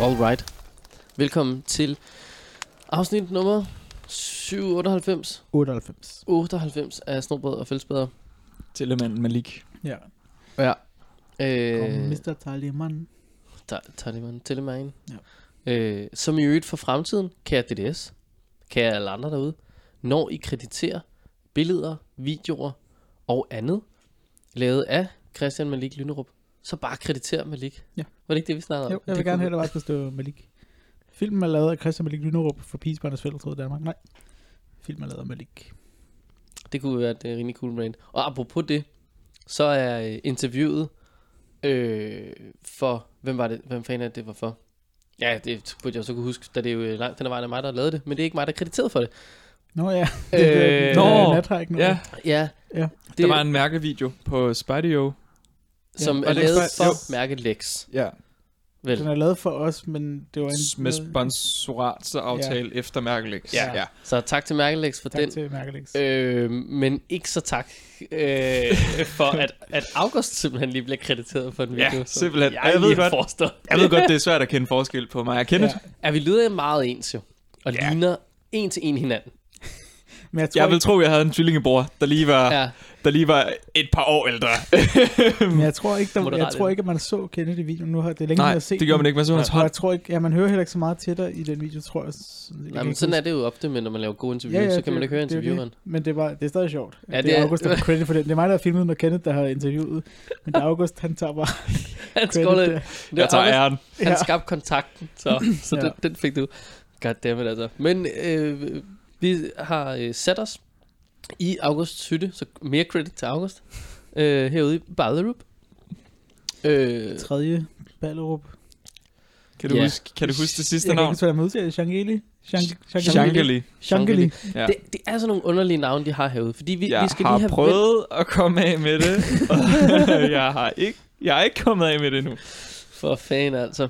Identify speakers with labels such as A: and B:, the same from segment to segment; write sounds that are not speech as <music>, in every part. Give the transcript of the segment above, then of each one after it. A: Alright. Velkommen til afsnit nummer 798.
B: 98.
A: 98 af Snobrød og Fællesbæder.
C: Tillemanden Malik.
B: Ja.
A: Ja.
B: Kom,
A: Øh,
B: Mr. Taliman.
A: Ta- Taliban Telemann. Ja. Øh, som i øvrigt for fremtiden, kære DDS, kære alle andre derude, når I krediterer billeder, videoer og andet, lavet af Christian Malik Lynerup, så bare krediter Malik.
B: Ja.
A: Var det ikke det, vi snakkede om?
B: Jo, jeg vil
A: Det
B: gerne
A: kunne-
B: have, at der bare skal stå Malik. Filmen er lavet af Christian Malik Lynerup for Pigesbarnets Fællesråd i Danmark. Nej. Filmen er lavet af Malik.
A: Det kunne være et øh, rimelig cool brand. Og apropos det, så er øh, interviewet øh, for... Hvem var det? Hvem fanden er det, det var for? Ja, det burde jeg så kunne huske, da det er jo øh, langt den ad vejen af mig, der lavede det. Men det er ikke mig, der er krediteret for det.
B: Nå ja. <laughs>
A: Øh,
B: Det er
C: nå.
B: nathæk nu.
C: Ja,
A: Ja.
B: Ja.
A: Det,
C: der var en mærkevideo på Spideo.
A: som
C: ja.
A: er
C: Og Lex
A: lavet
C: var-
A: for mærket Lex.
C: Ja.
A: Vel.
B: Den er lavet for os, men det var en...
C: Med sponsoratsaftale ja. efter Mærkelix.
A: Ja.
C: ja.
A: Så tak til mærket Lex for
B: Tak
A: den.
B: til Mærkelix.
A: Øh, men ikke så tak øh, for, at, at August simpelthen lige bliver krediteret for den
C: Ja,
A: video. som
C: simpelthen.
A: Jeg,
C: Og jeg ved
A: lige
C: godt-
A: forestår.
C: Jeg ved godt, det er svært at kende forskel på mig og Kenneth. Ja.
A: Ja, vi lyder meget ens jo. Og
C: Ja.
A: ligner en til en hinanden.
B: Men jeg tror,
C: Jeg vil
B: ikke,
C: tro, jeg havde en tvillingebror, der lige var, ja.
A: Ja.
C: der lige var et par år ældre.
B: men jeg tror ikke, der, jeg
A: Moderat
B: tror ikke at man så Kenneth i videoen. Nu har det er længe,
C: Nej,
B: jeg har set
C: det gjorde man
B: den.
C: ikke. Man så hans
B: Og
C: hånd.
B: jeg tror ikke, ja, man hører heller ikke så meget til dig i den video, tror jeg. Sådan, jeg
A: Nej,
B: kan
A: men
B: ikke
A: sådan
B: huske.
A: er det jo ofte, men når man laver gode interviews, ja, ja, så kan man ikke høre
B: det er jo det.
A: intervieweren.
B: Men det, var, det er stadig sjovt.
A: Ja,
B: Ja, det,
A: det er-
B: er August, der får credit for den. Det er mig, der har filmet med Kenneth, der har interviewet. Men det er August, han tager bare
A: <laughs> Han,
B: credit.
A: skålede,
B: der.
A: det
C: Jeg
A: var
C: tager
A: Anders,
C: æren.
A: han
B: Ja.
A: skabte kontakten, så, så
B: <laughs> Ja.
A: den, den fik du. Goddammit altså. Men øh, vi har øh, sat os i August hytte, så mere credit til August, øh, herude i Ballerup. Øh,
B: Tredje Ballerup.
C: Kan du,
A: Ja.
C: ja. huske, kan du huske det sidste
B: jeg kan
C: navn?
B: ikke huske, hvad man udtaler. Shangeli? Shang- Shangeli?
C: Shankali.
B: Shangeli.
C: Ja.
A: det, det er sådan nogle underlige navne, de har herude, fordi vi,
C: Jeg
A: vi skal
C: har
A: lige have
C: prøvet at komme af med
A: <laughs>
C: det. og jeg har ikke jeg er ikke kommet af med det nu.
A: For fanden altså.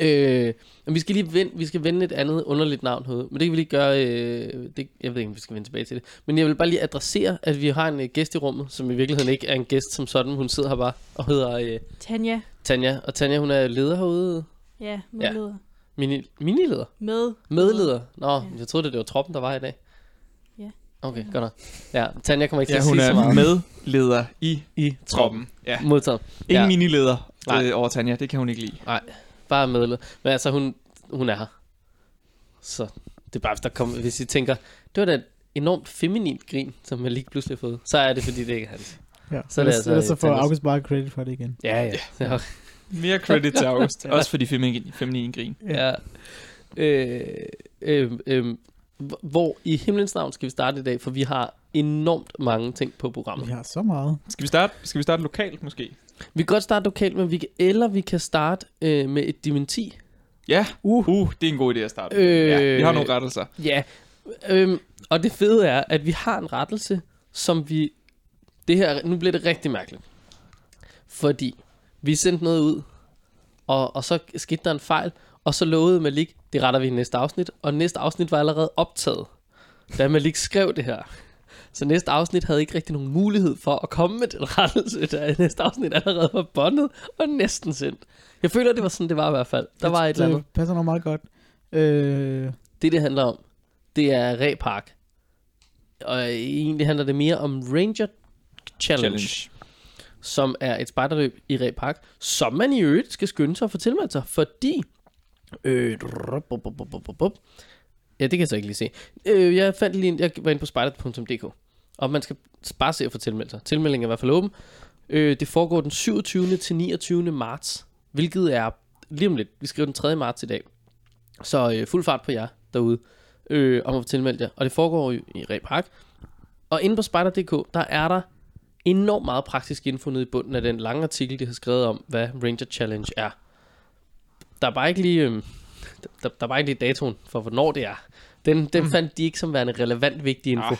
A: Øh, men vi skal lige vende, vi skal vende et andet underligt navn herude, men det kan vi lige gøre, øh, det, jeg ved ikke, om vi skal vende tilbage til det. Men jeg vil bare lige adressere, at vi har en øh, gæst i rummet, som i virkeligheden ikke er en gæst som sådan. Hun sidder her bare og hedder øh,
D: Tanja,
A: Tanja, og Tanja hun er leder herude.
D: ja, medleder. Ja.
A: Mini, minileder?
D: Med.
A: Medleder? Nå, jeg troede, det var troppen, der var i dag.
D: Ja.
A: Okay, godt nok. Ja, Tanja kommer ikke til
C: Ja,
A: at
C: hun
A: sige så
C: er
A: meget.
C: medleder i
A: I
C: troppen. Ja.
A: Modtaget.
C: Ingen
A: Ja.
C: ja. minileder
A: Nej.
C: øh, over Tanja, det kan hun ikke lide.
A: Bare medlem. Men altså, hun, hun er her. Så det er bare, hvis, der kom, hvis I tænker, det var da et enormt feminint grin, som man lige pludselig har fået. Så er det, fordi det ikke er hans.
B: Ja.
A: Så er det altså
B: Ellers så får
A: Tandis.
B: August bare credit for det igen.
A: Ja, ja. ja.
C: Mere credit til
A: <laughs>
C: August. Også for de feminine, feminine grin.
A: ja. Øh, øh, øh, hvor i himlens navn skal vi starte i dag, for vi har enormt mange ting på programmet.
B: Vi har så meget.
C: Skal vi starte, skal vi starte lokalt måske?
A: Vi kan godt starte lokalt, men vi kan, eller vi kan starte øh, med et dementi.
C: Ja,
B: Uh.
C: uh, det er en god idé at starte.
A: Øh.
C: Ja, vi har nogle rettelser.
A: Ja, øhm, og det fede er, at vi har en rettelse, som vi... Det her, nu bliver det rigtig mærkeligt. Fordi vi sendte noget ud, og, og så skete der en fejl, og så lovede Malik, det retter vi i næste afsnit, og næste afsnit var allerede optaget, da Malik skrev det her. Så næste afsnit havde ikke rigtig nogen mulighed for at komme med den rettelse, da næste afsnit allerede var bondet og næsten sendt. Jeg føler, det var sådan, det var i hvert fald. Der var et eller andet.
B: Det passer nok meget godt. Øh,
A: Det, det handler om, det er Repark. Og egentlig handler det mere om Ranger Challenge, Challenge.
C: Challenge.
A: som er et spejderløb i Repark, som man i øvrigt skal skynde sig at få tilmeldt sig, fordi... Øh, drup, bup, bup, bup, bup, bup, bup. ja, det kan jeg så ikke lige se. Øh, jeg fandt lige en, jeg var inde på spejder.dk, og man skal bare se at få tilmeldt sig. Tilmeldingen er i hvert fald åben. Øh, det foregår den 27. til 29. marts, hvilket er lige om lidt. Vi skriver den 3. marts i dag. Så øh, fuld fart på jer derude, øh, om at få tilmeldt jer. Og det foregår jo i Repark. Og inde på spider.dk, der er der enormt meget praktisk info nede i bunden af den lange artikel, de har skrevet om, hvad Ranger Challenge er. Der er bare ikke lige, øh, der, der er bare ikke lige datoen for, hvornår det er. Den, den mm. fandt de ikke som værende relevant vigtig info.
C: Ah.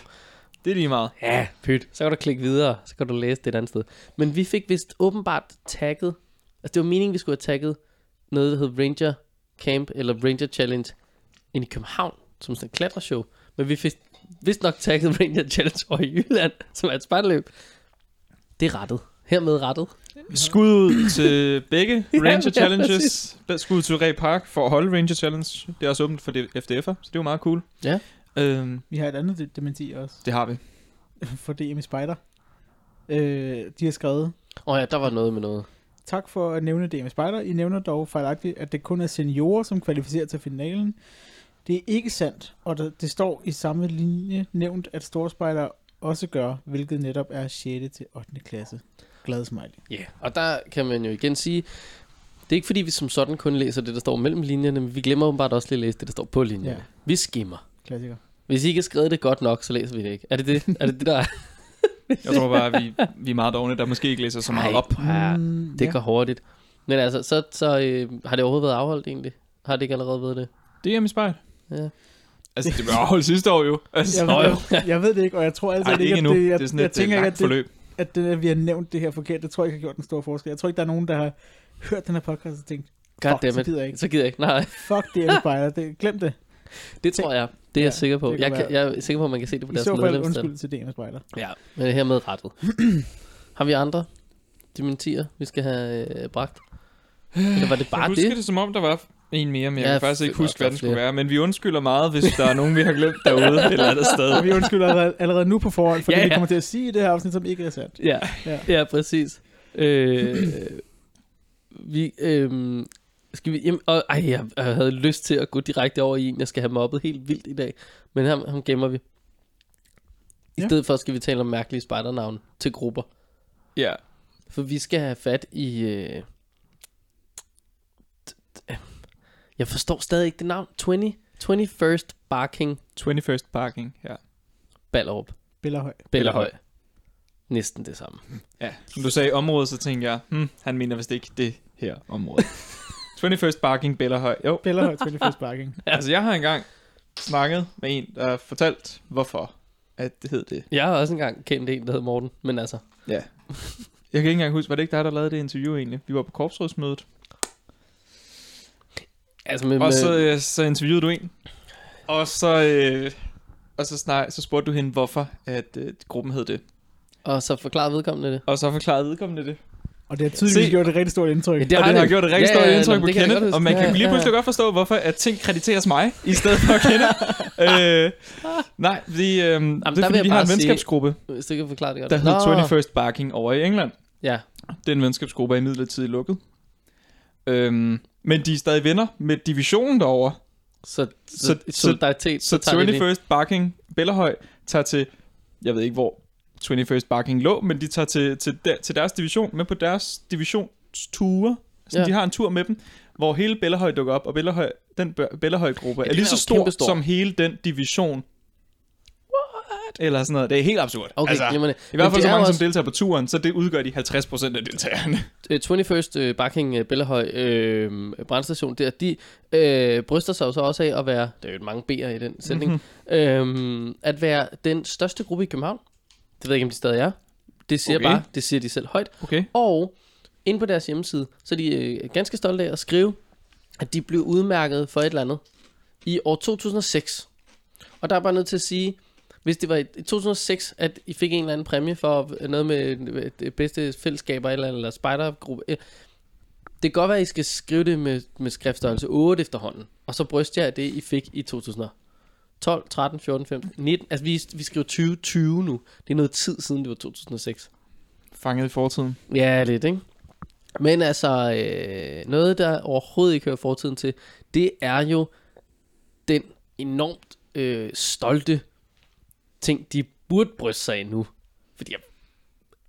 C: Det er lige meget.
A: Ja, pyt. Så kan du klikke videre, så kan du læse det et andet sted. Men vi fik vist åbenbart tagget, altså det var meningen, vi skulle have tagget noget, der hed Ranger Camp eller Ranger Challenge ind i København, som sådan et klatreshow. Men vi fik <laughs> vist nok tagget Ranger Challenge over i Jylland, som er et spejderløb. Det er rettet. Hermed rettet.
C: Skud ud til begge
A: <laughs> Ja,
C: Ranger
A: ja,
C: Challenges. Skud ud til Ræ Park for at holde Ranger Challenge. Det er også åbent for det- FDF'er, så det er jo meget cool.
A: Ja.
C: Øhm,
B: Vi har et andet de- dementi også <laughs>
C: det har vi.
B: for DM i Spider. Øh, de har skrevet,
A: Åh oh, ja, der var noget med noget.
B: tak for at nævne DM i Spider. I nævner dog fejlagtigt, at det kun er seniorer, som kvalificerer til finalen. Det er ikke sandt, og der, det står i samme linje nævnt, at storspejder også gør, hvilket netop er 6. til 8. klasse. Glad smiley.
A: Ja, yeah. og der kan man jo igen sige, det er ikke fordi, vi som sådan kun læser det, der står mellem linjerne, men vi glemmer åbenbart også lige at læse det, der står på linjerne.
B: Ja.
A: Ja. Vi skimmer.
B: Klassiker.
A: Hvis I ikke har skrevet det godt nok, så læser vi det ikke. Er det det, er det,
B: <laughs>
A: det der er?
C: Jeg tror bare, at vi, vi er meget dogne, der måske ikke læser så meget
A: Ej,
C: op.
A: prøv at-
B: Mm,
A: Det går hurtigt. Men altså, så, så øh, har det overhovedet været afholdt egentlig? Har det ikke allerede været det?
C: Det er mit spejl.
A: Ja.
C: Altså, det blev afholdt sidste år jo. Altså,
B: Jeg
A: Nå, jo.
B: ved, jeg ved det ikke, og jeg tror altså
C: Ej, det er ikke
B: ikke, at
C: endnu.
B: det, jeg,
C: det er sådan
B: jeg
C: et
A: øh,
C: tænker,
B: tænker ikke,
C: langt
B: at det,
C: forløb.
B: at det, at øh, vi har nævnt det her forkert, det tror jeg ikke har gjort den store forskel. Jeg tror ikke, der er nogen, der har hørt den her podcast og tænkt,
A: God
B: fuck,
A: damn
B: så
A: it.
B: gider jeg ikke.
A: Så gider jeg ikke. Nej,
B: Fuck det, er spejder. Det, glem det.
A: det tror jeg. Det er
B: Ja,
A: jeg sikker på.
B: det kan
A: Jeg, kan,
B: være.
A: jeg er sikker på, at man kan se det på
B: I
A: deres
B: så fald
A: medlemstal.
B: undskyld til DM Spejder.
A: Ja, men hermed rettet. har vi andre dementier, vi skal have øh, bragt? Eller var det
C: jeg
A: bare
C: husker det?
A: det?
C: det, som om der var en mere, men jeg
A: Ja,
C: kan faktisk ikke
A: det var-
C: huske,
A: der
C: hvad
A: var
C: den skulle
A: flere.
C: være. Men vi undskylder meget, hvis der er nogen, vi har glemt derude et eller andet sted.
B: Og vi undskylder allerede, allerede nu på forhånd, fordi
A: Ja, ja.
B: ja, ja. vi kommer til at sige i det her afsnit, som ikke er sandt.
A: Ja,
B: Ja.
A: ja præcis. Øh, vi, øh, skal vi hjem? Og, ej, jeg, jeg havde lyst til at gå direkte over i en, jeg skal have mobbet helt vildt i dag. Men ham, ham gemmer vi. I
B: Ja.
A: stedet for skal vi tale om mærkelige spejdernavne til grupper.
C: <laughs> Ja.
A: For vi skal have fat i... Øh... t- t- Jeg forstår stadig ikke det navn. 20, 21st Barking
C: 21st Parking, ja.
A: Ballerup.
B: Bellerhøj.
A: Bellahøj. Næsten det samme.
C: Ja, som du sagde området, så tænkte jeg, hmm, han mener vist ikke det her <laughs> område. 21st Parking, Bellerhøj. Jo,
B: Bellerhøj til det første sparking.
C: altså jeg har engang snakket med en, der har fortalt, hvorfor at det hed det.
A: Jeg har også engang kendt en, der hed Morten. Men altså,
C: Ja. Jeg kan ikke engang huske, var det ikke dig, der lavede det interview egentlig? Vi var på korpsrådsmødet,
A: altså med,
C: og
A: med,
C: så, øh, så interviewede du en, og så, øh, og så, snak, så spurgte du hende, hvorfor at øh, gruppen hed det.
A: og så forklarede vedkommende det.
C: Og så forklarede vedkommende det.
B: Og det har tydeligvis
C: Se.
B: gjort et rigtig stort indtryk.
A: Ja,
B: Ja,
A: det-
B: det...
C: og
A: har
C: det har gjort et rigtig
A: Ja,
C: stort
A: ja, ja,
C: indtryk
A: nå,
C: på
A: det kan jeg
C: Kenneth,
A: godt huske.
C: og man
A: Ja,
C: kan
A: ja,
C: lige
A: ja.
C: pludselig godt forstå, hvorfor at ting krediteres mig, i stedet for Kenneth.
A: <laughs>
C: øh, nej, vi, øh, Jamen,
A: der
C: det er
A: vil
C: fordi,
A: jeg
C: vi har
A: bare
C: en
A: sige-
C: venskabsgruppe,
A: Hvis du kan forklare det godt. Nå.
C: der hedder 21st Barking over i England.
A: Ja,
C: Den venskabsgruppe er imidlertid lukket. Øhm, men de er stadig venner med divisionen derover.
A: så, så,
C: Så-
A: så solidaritet, så,
C: Så
A: tager de det.
C: 21st Barking Bellerhøj tager til, jeg ved ikke hvor 21st Barking lå, men de tager til, til, der, til deres division, med på deres divisionsture. Så
A: Ja.
C: ja. de har en tur med dem, hvor hele Bellerhøj dukker op, og Bellerhøj, den bør- Bellerhøj-gruppe
A: Ja,
C: ja, er
A: den
C: lige
A: er
C: så
A: jo
C: stor
A: kæmpestor.
C: som hele den division. What? Eller sådan noget. Det er helt absurd.
A: Okay, altså,
C: altså,
A: glimrende.
C: I hvert fald
A: det
C: så
A: er
C: mange,
A: jo
C: som deltager på turen, så det udgør de 50% af deltagerne.
A: øh, 21st øh, Barking øh, Bellahøj øh, brandstation der, de øh, bryster sig jo så også af at være, der er jo mange B'er i den sætning,
C: Mhm.
A: mm-hmm. øh, at være den største gruppe i København. Det ved jeg ikke, om de stadig er. Det siger okay.
C: Okay.
A: bare, det siger de selv højt.
C: Okay.
A: Og inde på deres hjemmeside, så er de øh, ganske stolte af at skrive, at de blev udmærket for et eller andet i år 2006. Og der er bare nødt til at sige, hvis det var i 2006, at I fik en eller anden præmie for noget med øh, det bedste fællesskaber eller, eller spejdergruppe. øh, Det kan godt være, at I skal skrive det med, med skriftstørrelse 8 efterhånden. Og så bryster jeg af det, I fik i 2012, 13, 14, 15, 19. Altså, vi, vi skriver 2020 nu. Det er noget tid siden, det var 2006.
C: Fanget i fortiden.
A: Ja, lidt, ikke? Men altså, øh, noget, der overhovedet ikke hører fortiden til, det er jo den enormt øh, stolte ting, de burde bryste sig af nu. Fordi, jeg,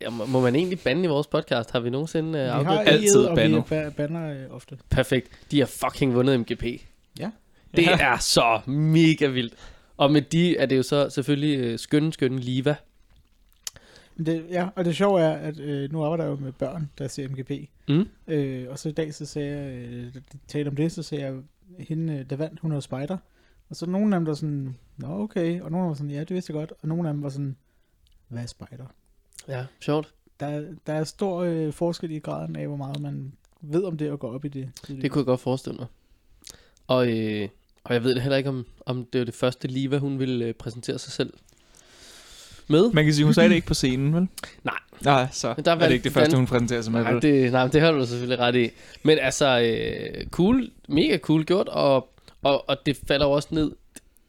A: jeg, må må man egentlig bande i vores podcast? Har vi nogensinde øh,
B: Vi
A: afgjort
B: har
A: det?
C: altid
B: altid og
C: banner.
B: vi ba- banner øh, ofte.
A: Perfekt. De har fucking vundet MGP.
B: Ja.
A: Det
C: Ja.
A: er så mega vildt. Og med de er det jo så selvfølgelig øh, skønne, skønne Liva.
B: Men det, ja, og det sjove er, at øh, nu arbejder jeg jo med børn, der ser MGP.
A: Mm.
B: Øh, og så i dag, så sagde jeg, øh, da de talte om det, så sagde jeg, hende, øh, der vandt, hun er jo spejder. Og så nogle af dem, der var sådan, nå okay, og nogle af dem var sådan, ja, det vidste jeg godt. Og nogle af dem var sådan, hvad er spejder?
A: Ja, sjovt.
B: Der, er- der er stor øh, forskel i graden af, hvor meget man ved om det og går op i det.
A: Det kunne jeg godt forestille mig. Og, øh, og jeg ved det heller ikke, om, om det var det første Liva, hun ville øh, præsentere sig selv. med.
C: Man kan sige, hun sagde det ikke på scenen, vel?
A: Nej.
C: Nej, så
A: Men der
C: er det
A: vandt-
C: ikke det første,
A: vandt-
C: hun præsenterer sig med.
A: Nej,
C: vel?
A: det, nej, det holder du selvfølgelig ret i. Men altså, øh, cool, mega cool gjort, og, og, og det falder jo også ned.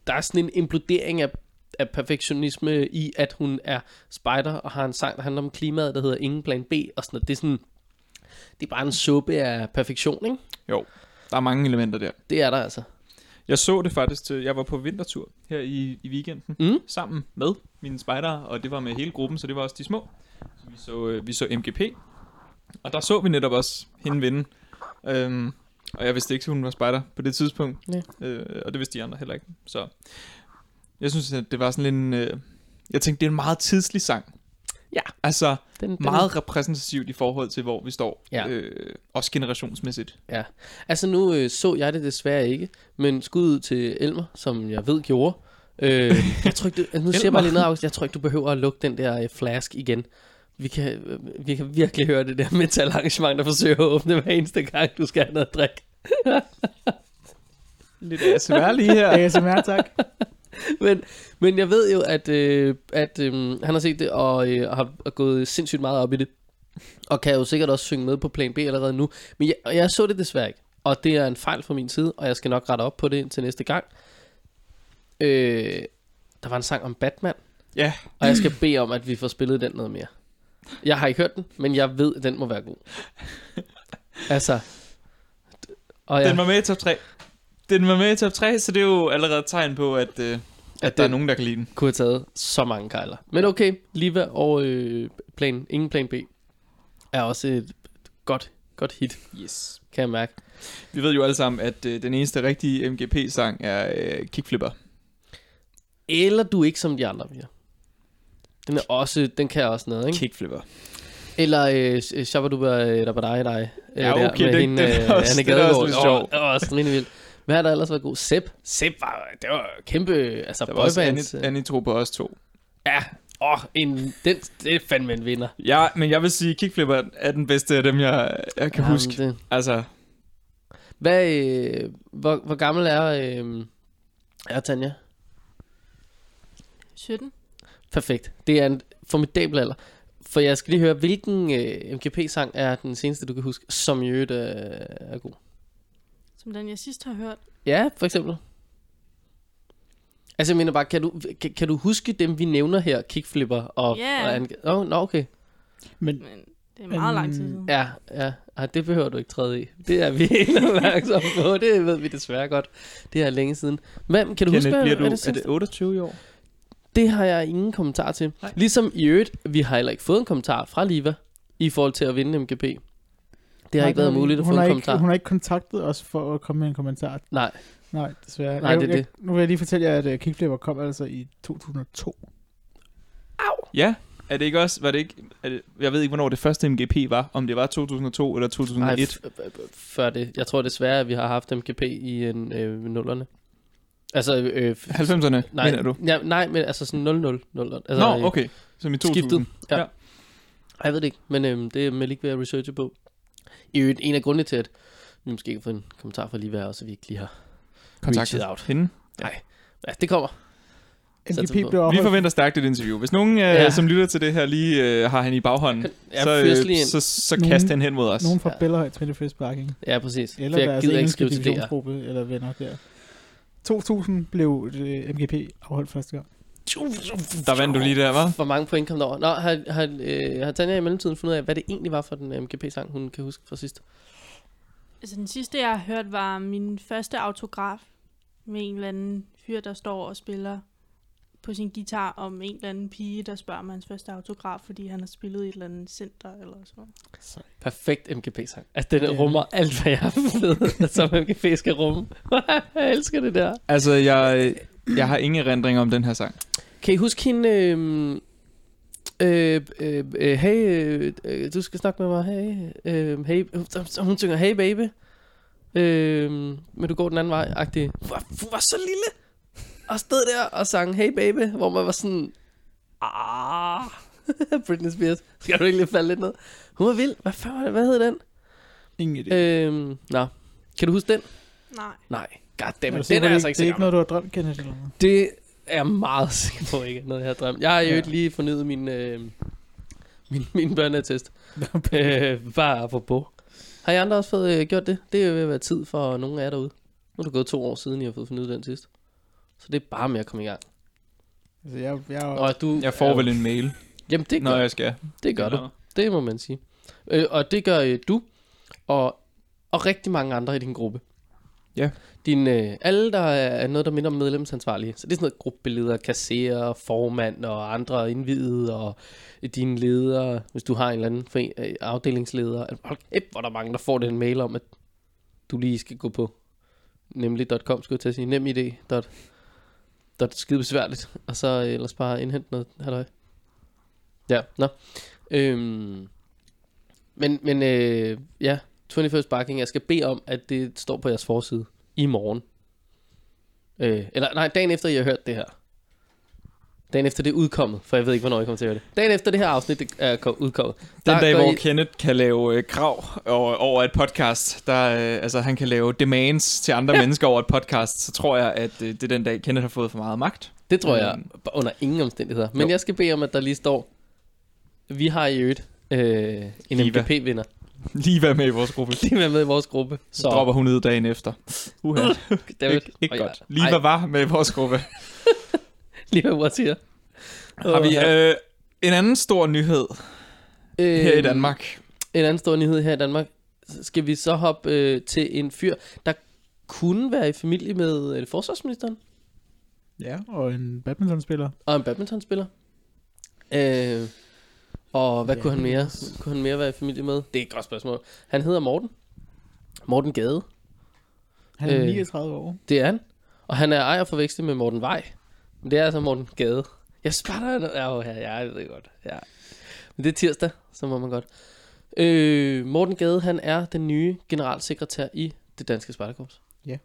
A: Der er sådan en implodering af, af perfektionisme i, at hun er spider og har en sang, der handler om klimaet, der hedder Ingen Plan B, og sådan noget. Det er sådan, det er bare en suppe af perfektion, ikke?
C: Der er mange elementer der.
A: Det er der altså.
C: Jeg så det faktisk til, jeg var på vintertur her i, i weekenden,
A: Mm.
C: sammen med mine spejdere, og det var med hele gruppen, så det var også de små. Så vi så, øh, vi så MGP, og der så vi netop også hende vinde. Øhm, og jeg vidste ikke, at hun var spejder på det tidspunkt,
A: Ja.
C: øh, og det vidste de andre heller ikke. Så jeg synes, at det var sådan en... Øh, jeg tænkte, det er en meget tidslig sang.
A: Ja.
C: Altså,
A: Den, den
C: meget repræsentativt i forhold til, hvor vi står.
A: Ja.
C: Øh, også generationsmæssigt.
A: Altså nu øh, så jeg det desværre ikke, men skud ud til Elmer, som jeg ved gjorde. Øh, jeg tror ikke, du, altså, nu siger jeg
C: Elmer.
A: bare lige noget, August. jeg tror ikke, du behøver at lukke den der øh, flask igen. Vi kan, øh, vi kan virkelig høre det der metalarrangement, der forsøger at åbne hver eneste gang, du skal have noget at drikke.
C: Lidt <laughs> ASMR lige
B: <laughs>
C: her.
B: ASMR, tak.
A: men, men jeg ved jo, at, øh, at øh, han har set det og øh, har har gået sindssygt meget op i det. Og kan jo sikkert også synge med på plan B allerede nu. Men jeg, og jeg så det desværre ikke. Og det er en fejl fra min side, og jeg skal nok rette op på det indtil næste gang. Øh, der var en sang om Batman.
C: Ja.
A: Og jeg skal bede om, at vi får spillet den noget mere. Jeg har ikke hørt den, men jeg ved, at den må være god. altså. Og
C: Den var med i top 3. Den var med i top 3, så det er jo allerede et tegn på, at, øh, at, at der
A: den-
C: er nogen, der kan lide den.
A: kunne have taget så mange kejler. Men okay, Liva og øh, plan, ingen plan B er også et godt, godt hit,
C: Yes.
A: kan jeg mærke.
C: Vi ved jo alle sammen, at øh, den eneste rigtige MGP-sang er øh, Kickflipper.
A: Eller du er ikke som de andre, Mia. Den, er også, den kan også noget, ikke?
C: Kickflipper.
A: Eller øh, Sh- Shabba-dubba, øh, Dabba Dai Dai. øh,
C: Ja,
A: der
C: okay,
A: med
C: den-
A: hende,
C: den er
A: øh,
C: også-
A: Anne
C: den er også
A: Gadegaard.
C: lidt
A: Åh,
C: sjov.
A: Det var også rimelig vildt. Hvad har der ellers været god? Sepp. Sepp var, det var kæmpe, altså
C: Der var også
A: boybands.
C: Annie,
A: øh.
C: Annie tro på os to.
A: Ja, åh, en, den, det er fandme en vinder.
C: Ja, men jeg vil sige, Kickflipper er den bedste af dem, jeg, jeg kan ja,
A: Jamen,
C: huske. Det.
A: det-
C: Altså,
A: Hvad, øh, hvor, hvor gammel er, øh, er Tanja?
D: 17.
A: Perfekt. Det er en formidabel alder. For jeg skal lige høre, hvilken øh, MGP-sang er den seneste, du kan huske, som i øvrigt øh, er god?
D: Som den, jeg sidst har hørt.
A: Ja, for eksempel. Altså jeg mener bare, kan du, kan, kan du huske dem, vi nævner her? Kickflipper og...
D: Ja.
A: og Ange- Åh, oh, nå, okay.
B: Men
D: Men det er meget lang tid
B: Øhm,
D: siden.
A: Ja, ja. Ej, det behøver du ikke træde i. Det er vi <laughs> helt opmærksomme på. Det ved vi desværre godt. Det er længe siden. Hvad, kan du huske,
C: Kenneth,
A: hvad, hvad
C: bliver du,
A: det
C: er
A: seneste-
C: det 28 i år?
A: Det har jeg ingen kommentar til.
C: Nej.
A: Ligesom i øvrigt, vi har heller ikke fået en kommentar fra Liva i forhold til at vinde MGP. Det har
B: nej,
A: ikke været
B: hun-
A: muligt at få
B: hun
A: en
B: har ikke-
A: kommentar.
B: Hun har ikke kontaktet os for at komme med en kommentar.
A: Nej.
B: Nej, desværre.
A: Nej,
B: jeg,
A: det er
B: jeg, Nu vil jeg lige fortælle jer, at øh, Kickflipper kom altså i 2002.
C: Ja. Er det ikke også, var det ikke, er det, jeg ved ikke, hvornår det første MGP var, om det var 2002 eller 2001.
A: Nej, f- f- f- før det. Jeg tror desværre, at vi har haft MGP i en, øh, nullerne. Altså, øh, f-
C: 90'erne,
A: nej,
C: mener du?
A: Ja, nej, men altså sådan 00. 00 altså,
C: Altså,
A: øh,
C: Nå, okay. Som i 2000.
A: Skiftet. Ja.
C: Ja.
A: ja. Jeg ved det ikke, men øhm, det er Malik lige ved at researche på. I øvrigt, en af grundene til, at vi måske kan få en kommentar fra Liva, er også, at vi ikke lige har...
C: Kontaktet
A: Reached out.
C: hende.
A: Ja, det kommer.
B: MGP
A: vi på.
B: blev
C: Vi
B: afholdt
C: forventer stærkt et interview. Hvis nogen, øh,
A: Ja.
C: som lytter til det her, lige øh, har han i baghånden,
A: Ja,
C: så, øh,
A: fyrs lige ind.
C: så, så
B: Nogen-
C: kast den hen mod os.
B: nogen fra
A: Ja.
B: ja. Bellerhøj 21st Parking.
A: Ja, præcis.
B: Eller
A: for jeg
B: deres
A: gider ikke
B: engelske
A: skrive til DR.
B: divisionsgruppe eller venner der. 2000 blev øh, MGP afholdt første gang.
C: Der vandt du lige der, var.
A: Hvor mange point kom der over? Nå, har, har, øh, har Tanja i mellemtiden fundet ud af, hvad det egentlig var for den MGP-sang, hun kan huske fra sidst?
D: Altså den sidste, jeg har hørt, var min første autograf med en eller anden fyr, der står og spiller på sin guitar om en eller anden pige, der spørger om hans første autograf, fordi han har spillet i et eller andet center eller sådan noget.
A: Perfekt MGP-sang. Altså, den
B: Ja.
A: rummer alt, hvad jeg har ved, <laughs> som MGP skal rumme. <laughs> jeg elsker det der.
C: Altså, jeg, jeg har ingen erindring om den her sang.
A: Kan I huske hende... Øh, Øh, øh, øh, hey, øh, øh, du skal snakke med mig. Hey, øh, hey, hun- hun synger hey baby. Øh, men du går den anden vej, agtig. Hun var, hun var så lille. Og stod der og sang hey baby, hvor man var sådan, ah, <laughs> Britney Spears. Skal du ikke lige falde lidt ned? Hun var vild. Hvad fanden var det? Hvad hed den?
B: Ingen idé.
A: Øh, nå. Kan du huske den?
D: Nej.
A: Nej.
B: Er du
A: Goddammit,
B: sikker
A: den
B: på,
A: er
B: det
A: altså ikke
B: Det
A: så
B: er ikke noget, du har drømt, Kenneth, eller noget?
A: det, er jeg meget <laughs> sikker på ikke er noget, jeg har drømt. Jeg har jo ikke lige fornyet min, øh, min, min børneattest. øh, bare apropos. Har I andre også fået øh, gjort det? Det er jo ved at være tid for nogle af jer derude. Nu er det gået to år siden, I har fået fornyet den sidst. Så det er bare med at komme i gang.
B: Altså, jeg, jeg,
A: Og du,
C: Jeg får
A: er jo-
C: vel en mail,
A: Jamen det gør,
C: når jeg skal.
A: det gør du. Det må man sige. Øh, og det gør øh, du og, og rigtig mange andre i din gruppe.
C: Ja.
A: Din, øh, alle, der er noget, der minder om medlemsansvarlige. Så det er sådan noget gruppebilleder, kasserer, formand og andre indvidede og øh, dine ledere, hvis du har en eller anden for, øh, afdelingsleder. Altså, Hold kæft, hvor er der mange, der får den mail om, at du lige skal gå på nemlig.com, skulle jeg til at sige, nemid. Dot, dot skide besværligt, og så øh, ellers bare indhente noget halløj. Ja, nå. Øhm, men, men øh, ja, 21st Barking, jeg skal bede om, at det står på jeres forside i morgen. Øh, eller nej, dagen efter, I har hørt det her. Dagen efter det er udkommet, for jeg ved ikke, hvornår I kommer til at høre det. Dagen efter det her afsnit det er ko- udkommet.
C: Den dag,
A: går
C: hvor
A: I-
C: Kenneth kan lave øh, krav over, over et podcast, der, øh, altså han kan lave demands til
A: <laughs>
C: andre mennesker over et podcast, så tror jeg, at øh, det er den dag, Kenneth har fået for meget magt.
A: Det tror jeg
C: Øhm.
A: under ingen omstændigheder. Men
C: Jo.
A: jeg skal bede om, at der lige står, vi har i øvrigt øh, en <laughs>
C: Liva.
A: MGP-vinder.
C: Lige være med i vores gruppe.
A: Det er med i vores gruppe.
C: Så
A: <laughs>
C: dropper hun ud dagen efter. Uha,
A: David,
C: ikke, ikke
A: og
C: godt.
A: Jeg,
C: Lige
A: Liva. Ej,
C: var med i vores gruppe.
A: Liva, what's here?
C: Har vi øh, Øhm, en anden stor nyhed
A: øh,
C: her i Danmark?
A: En anden stor nyhed her i Danmark. S- Skal vi så hoppe øh, til en fyr, der kunne være i familie med øh, forsvarsministeren
B: ja, og en badmintonspiller.
A: og en badmintonspiller? Øh, og hvad
B: Ja,
A: kunne han
B: det er
A: mere?
B: også-
A: Kunne han mere være i familie med? Det er et godt spørgsmål. Han hedder Morten. Morten Gade.
B: Han er
A: Øh.
B: 39 år.
A: Det er han. Og han er ejer forvekslet med Morten Vej. Men det er altså Morten Gade. Jeg spætter noget. Ja, oh, ja, jeg ved det godt. Ja. Men det er tirsdag, så må man godt. Øh, Morten Gade, han er den nye generalsekretær i det danske Spartakorps.
B: Ja.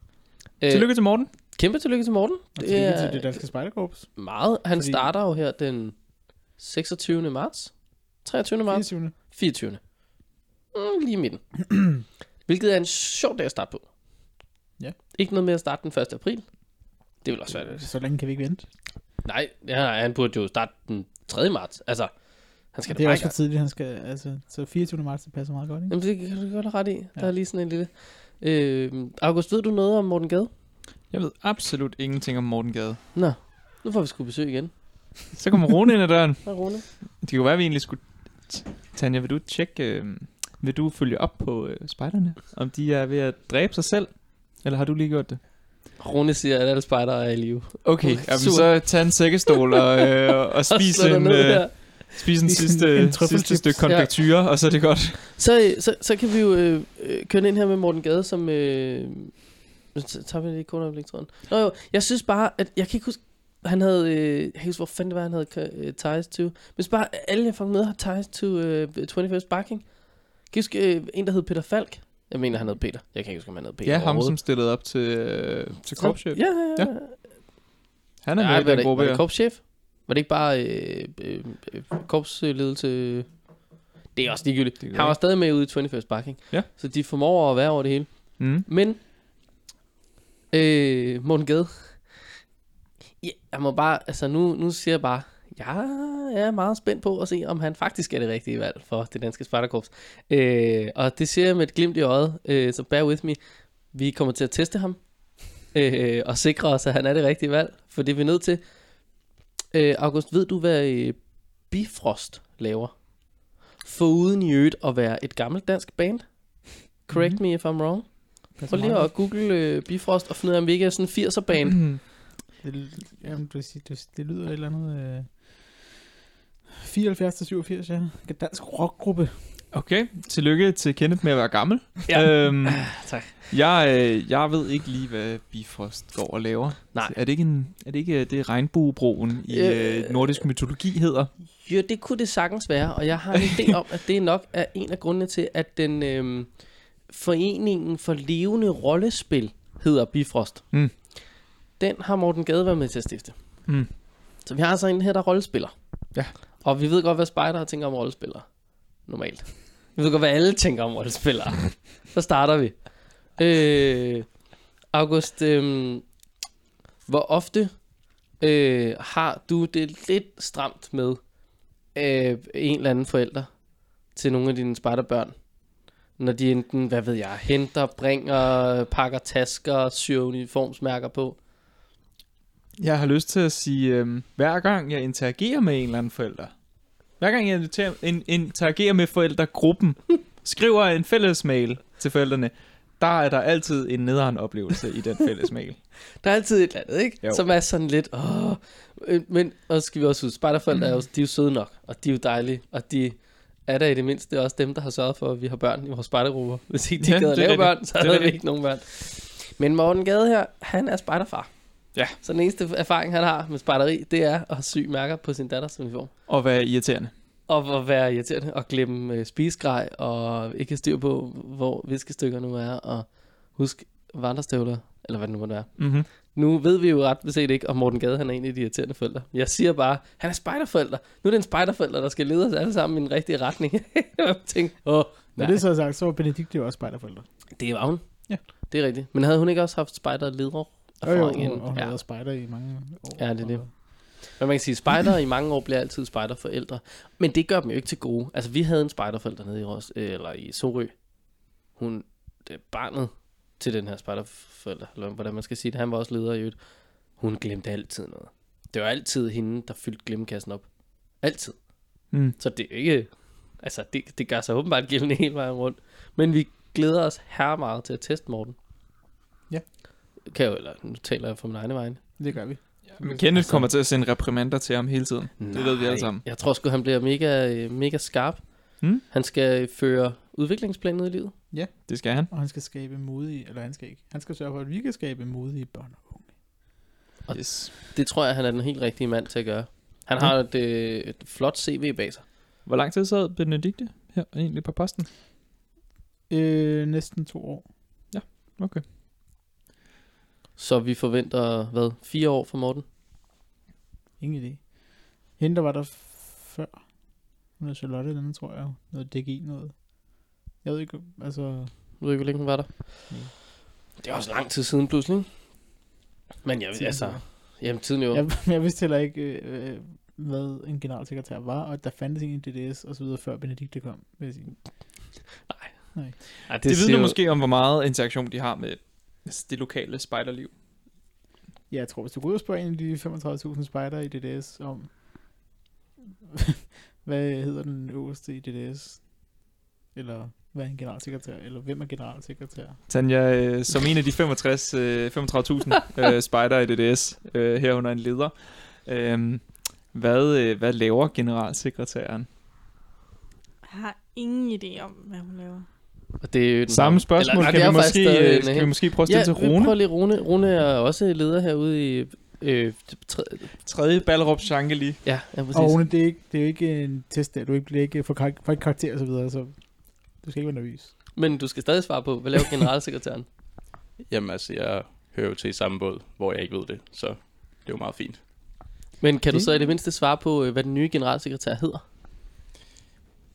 A: Øh,
C: Tillykke til Morten.
A: Kæmpe tillykke til Morten.
B: Og tillykke yeah. til det danske spejderkorps.
A: meget. Han
B: Fordi-
A: starter jo her den 26. marts. 23. marts.
B: 24.
A: 24. Mm, lige i
B: <clears throat>
A: midten. Hvilket er en sjov dag at starte på.
B: Ja.
A: Ikke noget med at starte den 1. april. Det vil også være lidt.
B: Så længe kan vi ikke vente.
A: Nej, ja, nej, han burde jo starte den 3. marts. Altså, han skal
B: det
A: da
B: er
A: bare
B: også
A: i
B: for tidligt, han skal... Altså, så 24. marts, det passer meget godt, ikke?
A: gang. Jamen, det kan du godt have ret i. Der
B: Ja.
A: er lige sådan en lille... Øh, August, ved du noget om Morten Gade?
C: Jeg ved absolut ingenting om Morten Gade.
A: Nå, nu får vi sgu besøg igen.
C: Så kommer Rune ind ad døren.
A: Hej, Rune.
C: Det kan jo være, at vi egentlig skulle... Tanja, vil du tjekke... Øh, vil du følge op på øh, spejderne? Om de er ved at dræbe sig selv? Eller har du lige gjort det?
A: Rune siger, at alle spejdere er i live.
C: Okay,
A: Uh,
C: jamen,
A: sur.
C: så tag en sækkestol og, øh, og
A: <laughs> Og
C: spis
A: slå dig
C: en,
A: ned
C: øh,
A: her.
C: spis en
B: Spis en-
C: sidste,
B: en
C: en
B: trøffelchips.
C: sidste stykke konfektyre, og så er det godt.
A: Så, så, så kan vi jo øh, øh, køre ind her med Morten Gade, som... Øh, nu t- tager vi lige kun øjeblik, tror jeg. Nå jo, jeg synes bare, at jeg kan ikke huske, han havde, øh, jeg kan ikke huske, hvor fanden det var, han havde kø- øh, ties to. Men hvis bare alle, jeg fucking med, har ties to øh, 21st Barking. Kan I huske øh, en, der hed Peter Falk? Jeg mener, han hed Peter. Jeg kan ikke huske, om han hed Peter
C: Ja, ham som
A: overhovedet.
C: stillede op til, øh, til
A: Nå,
C: korpschef.
A: Ja, ja, ja.
C: Ja. Han er med
A: Ej,
C: i
A: var,
C: den
A: det,
C: gruppe,
A: var
C: ja.
A: det korpschef? Var det ikke bare øh, øh, øh, korpsledelse? Det er også ligegyldigt.
C: Det kan
A: Han var
C: være.
A: stadig med ude i 21st Barking.
C: Ja.
A: Så de formår at være over det hele.
C: Mm.
A: Men, øh, Morten Gade, ja, jeg må bare, altså nu, nu siger jeg bare, jeg er meget spændt på at se, om han faktisk er det rigtige valg for det danske Spartakorps. Øh, og det siger jeg med et glimt i øjet, øh, så bear with me. Vi kommer til at teste ham, øh, og sikre os, at han er det rigtige valg, for det er vi nødt til. Øh, August, ved du, hvad øh, Bifrost laver? Foruden i øvrigt at være et gammelt dansk band? Correct mm-hmm. me if I'm wrong.
B: Passer
A: Prøv lige
B: meget
A: at google øh, Bifrost og finde ud af, om vi ikke er sådan en 80'er band.
C: <clears throat>
B: godt. Det, jamen, du, vil sige, du, det lyder et eller andet... Øh, 74 til 87, ja. Dansk rockgruppe.
C: Okay, tillykke til Kenneth med at være gammel.
A: Ja.
C: Øhm,
A: tak.
C: Jeg, øh, jeg ved ikke lige, hvad Bifrost går og laver.
A: Nej.
C: Er det ikke, en, er det, ikke øh, det regnbuebroen i
A: Øh,
C: øh, nordisk mytologi hedder?
A: Jo, det kunne det sagtens være, og jeg har en idé om, at det nok er en af grundene til, at den øhm, foreningen for levende rollespil hedder Bifrost.
C: Mm.
A: Den har Morten Gade været med til at stifte.
C: Mm.
A: Så vi har altså en her, der er rollespiller.
C: Ja.
A: Og vi ved godt, hvad spejdere tænker om rollespillere. Normalt. Vi ved godt, hvad alle tænker om
C: <laughs>
A: rollespillere. Så starter vi. Øh, August, øhm, hvor ofte øh, har du det lidt stramt med øh, en eller anden forælder til nogle af dine spejderbørn? Når de enten, hvad ved jeg, henter, bringer, pakker tasker, syr uniformsmærker på.
C: Jeg har lyst til at sige, øhm, hver gang jeg interagerer med en eller anden forælder, hver gang jeg inviterer- in- interagerer med <laughs> forældregruppen, skriver en fælles mail til forældrene, der er der altid en nederen oplevelse i den fælles <laughs> mail.
A: Der er altid et eller andet, ikke?
C: Jo.
A: Jo. Som er sådan lidt, åh, øh, men og så skal vi også huske, spejderforældre er jo, de er jo søde nok, og de er jo dejlige, og de er der i det mindste også dem, der har sørget for, at vi har børn i vores spejdergrupper. Hvis ikke de
C: Ja,
A: ja, gider at
C: det er
A: lave
C: rigtigt.
A: børn, så
C: Det er
A: havde vi
C: rigtigt.
A: ikke nogen børn. Men Morten Gade her, han er spejderfar.
C: Ja.
A: Så den eneste erfaring, han har med spejderi, det er at sy mærker på sin datters uniform.
C: Og hvad er irriterende?
A: Og at være irriterende og glemme øh, spisegrej, og ikke have styr på, hvor viskestykker nu er, og husk vandrestøvler, eller hvad det nu måtte være.
C: Mm-hmm.
A: Nu ved vi jo ret beset ikke, om Morten Gade han er en af de irriterende forældre. Jeg siger bare, han er spejderforælder. Nu er det en spejderforælder, der skal lede os alle sammen i den rigtige retning. <laughs> jeg tænkte, åh,
B: Når
A: nej,
B: det så er sagt, så var Benedikt jo også spejderforældre.
A: det var hun.
B: Ja.
A: Det er rigtigt. Men havde hun ikke også haft spejderledere?
B: Og jo,
A: erfaring inden?
B: og hun har
A: Ja.
B: været spejder i mange år.
A: Ja, det er det. Men man kan sige, spejder i mange år bliver altid spejderforældre. Men det gør dem jo ikke til gode. Altså, vi havde en spejderforælder nede i, Ros, øh, eller i Sorø. Hun, det er barnet til den her spejderforælder, eller hvordan man skal sige det. Han var også leder i øvrigt. Hun glemte altid noget. Det var altid hende, der fyldte glemmekassen op. Altid.
C: Mm.
A: Så det er ikke... Altså, det, det gør sig åbenbart gældende hele vejen rundt. Men vi glæder os her meget til at teste Morten.
B: Ja.
A: Kan jeg jo, eller nu taler jeg for min egen vegne.
B: Det gør vi.
C: Men Kenneth altså, kommer til at sende reprimander til ham hele tiden. Det ved vi alle
A: Nej,
C: sammen.
A: Jeg tror sgu, han bliver mega, øh, mega skarp.
C: Hmm?
A: Han skal føre udviklingsplanen ud i livet.
C: Det skal han.
B: Og han skal skabe modige, eller han skal ikke. Han skal sørge for, at vi kan skabe modige børn og unge.
A: Og-
C: Yes.
A: Det tror jeg, han er den helt rigtige mand til at gøre. Han
C: Hmm?
A: har et, øh, et flot CV bag sig.
C: Hvor lang tid sad Benedikte her egentlig på posten?
B: Øh, næsten to år.
C: Okay.
A: Så vi forventer, hvad, fire år for Morten?
B: Ingen idé. Hende, der var der før. Hun er Charlotte eller andet, tror jeg. Noget DG noget. Jeg ved ikke, altså...
A: Jeg ved ikke, hvor længe hun var der.
C: Hmm.
B: Nej.
A: Det er også lang tid siden pludselig. ikke? Men jeg ved,
B: Tiden
A: altså...
B: går.
A: Jamen, tiden er jo...
B: Jeg, <laughs> jeg vidste heller ikke, øh, øh, hvad en generalsekretær var, og at der fandtes ingen DDS og så videre, før Benedikte kom, vil jeg sige.
A: Ej,
C: Det, det
A: siger
C: vidner
A: jo-
C: måske om, hvor meget interaktion de har med altså, det lokale spejderliv.
B: Ja, jeg tror, hvis du går ud og spørger en af de 35.000 spejdere i DDS om, <laughs> hvad hedder den øverste i DDS, eller hvad er en generalsekretær, eller hvem er generalsekretær?
C: Tanja, øh, som en af de 65, øh, <laughs> 35.000 øh, spejder i DDS, øh, herunder en leder, øh, hvad, øh, hvad laver generalsekretæren?
D: Jeg har ingen idé om, hvad hun laver.
A: Og det er jo den
C: Samme spørgsmål
A: Eller, nej,
C: kan,
A: det
C: vi
A: er faktisk
C: måske,
A: stadig
C: øh,
A: en
C: skal vi
A: helt-
C: måske prøve at
A: Ja,
C: stille til
A: vi
C: Rune.
A: prøver lige Rune. Rune er også leder herude i... Øh, tre-
C: Tredje Ballerup Shankeli.
A: ja, ja, præcis.
B: Og Rune, det er, ikke, det er jo ikke en test der, du ikke bliver ikke for, kar- for karakter og så videre, så du skal ikke være nervøs.
A: Men du skal stadig svare på, hvad laver
B: <laughs>
A: generalsekretæren?
E: Jamen altså, jeg hører jo til i samme båd, hvor jeg ikke ved det, så det er jo meget fint.
A: Men kan du
B: Det-
A: så i det mindste svare på, øh, hvad den nye generalsekretær hedder?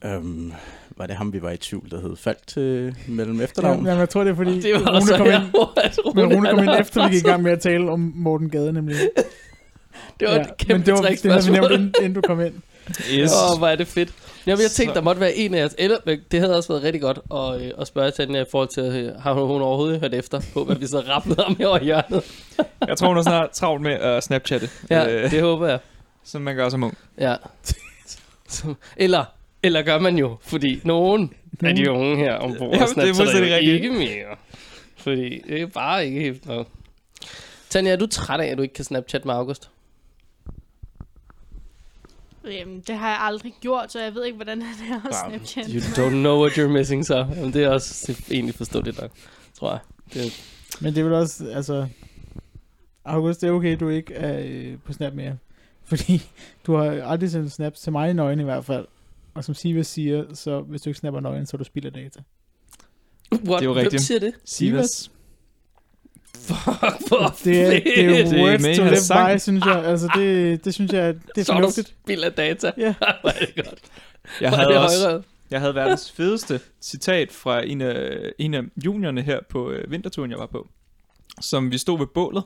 E: Øhm, var det ham, vi var i tvivl, der hed Falk øh, mellem
B: Ja,
E: efternavn?
B: men jeg tror, det er fordi,
A: det var
B: Rune
A: også <laughs>
B: kom
A: her,
B: ind,
A: hvor at Rune,
B: men Rune kom
A: han
B: ind
A: har-
B: efter, vi gik i gang med at tale om Morten Gade, nemlig.
A: <laughs> Det var ja, et kæmpe
B: men det var det, havde vi nævnt,
A: trickspørgsmål.
B: inden, inden du kom ind.
C: Yes.
A: Åh, oh, hvor er det fedt. Jamen, jeg tænkte,
C: Så-
A: der måtte være en af os. Eller, men det havde også været rigtig godt at, øh, at spørge Tanja i forhold til, øh, har hun overhovedet hørt efter på, hvad vi så rappede om her over i hjørnet?
C: Jeg tror, hun er snart travlt med at snapchatte,
A: Ja,
C: øh,
A: det håber jeg.
C: som man gør som ung.
A: Ja. <laughs> Så- Eller, eller gør man jo, fordi nogen af de unge her ombord
C: Jamen, det er
A: snapchatter
C: fuldstændig
A: jo
C: rigtigt.
A: ikke mere. Fordi det er bare ikke helt nok. Tanja, er du træt af, at du ikke kan Snapchat med August?
D: Jamen, det har jeg aldrig gjort, så jeg ved ikke, hvordan han er
E: Wow.
D: på Snapchat.
A: You don't know what you're missing, så. Jamen, det er også egentlig forståeligt nok, tror jeg. Det,
B: Men det er vel også, altså... August, det er okay, du ikke er øh, på Snap mere. <laughs> Fordi du har aldrig sendt snaps til mig i nøgen i hvert fald. Og som Siva siger, så hvis du ikke snapper nøgen, så er du spilder data.
A: what?
C: jo
A: Hvem
C: rigtigt.
A: siger det?
C: Sivas.
A: Fuck, hvor
B: Det er, det er
A: fedt.
C: Det er
B: jo words
C: med i
B: to
C: hans
B: live
C: sang.
B: by, synes jeg. Altså, det, det synes jeg, det er
A: Så er der
B: fornuftigt.
A: spild af data.
B: Ja.
A: <laughs> Hvor er det godt.
C: Jeg
A: Hvor er
C: havde
A: det
C: også
A: højrøret.
C: Jeg havde verdens fedeste citat fra en af, en af juniorerne her på øh, vinterturen, jeg var på, som vi stod ved bålet,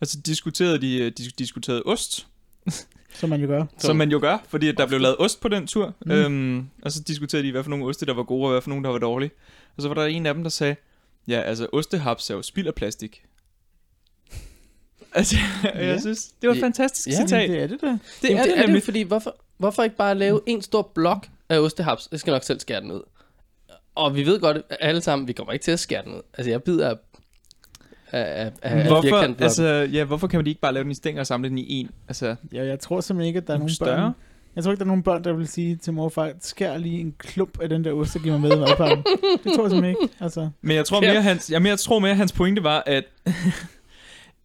C: Og så diskuterede de øh, de diskuterede ost,
B: Som man jo gør.
C: som man jo gør, fordi at der blev lavet ost på den tur. Mm. Øhm, og så diskuterede de, hvad for nogle oste, der var gode, og hvad for nogle, der var dårlige. Og så var der en af dem, der sagde, ja, altså, ostehaps er jo spild af plastik. <laughs> altså, ja.
B: Ja.
C: jeg synes, det var et
A: Ja.
C: fantastisk
A: Ja.
C: ja. citat.
B: Det er det da.
C: Det er det,
A: det er det jo,
C: nemlig.
A: fordi hvorfor, hvorfor ikke bare lave en stor blok af ostehaps? Jeg skal nok selv skære den ud. Og vi ved godt at alle sammen, vi kommer ikke til at skære den ud. Altså, jeg bider af, af, af, af
C: Hvorfor,
A: firkantblokken.
C: altså, ja, hvorfor kan man ikke bare lave den i stænger og samle den i en? Altså,
B: Ja, jeg tror simpelthen ikke, at der er
C: Nogle
B: nogen
C: større?
B: børn. Jeg tror ikke, der er nogen børn, der vil sige til mor og far, skær lige en klump af den der ost, og giv mig med i madpakken. det tror jeg simpelthen ikke. Altså,
C: men jeg tror
A: Ja.
C: mere, hans, jeg mere tror mere, hans pointe var, at, <laughs>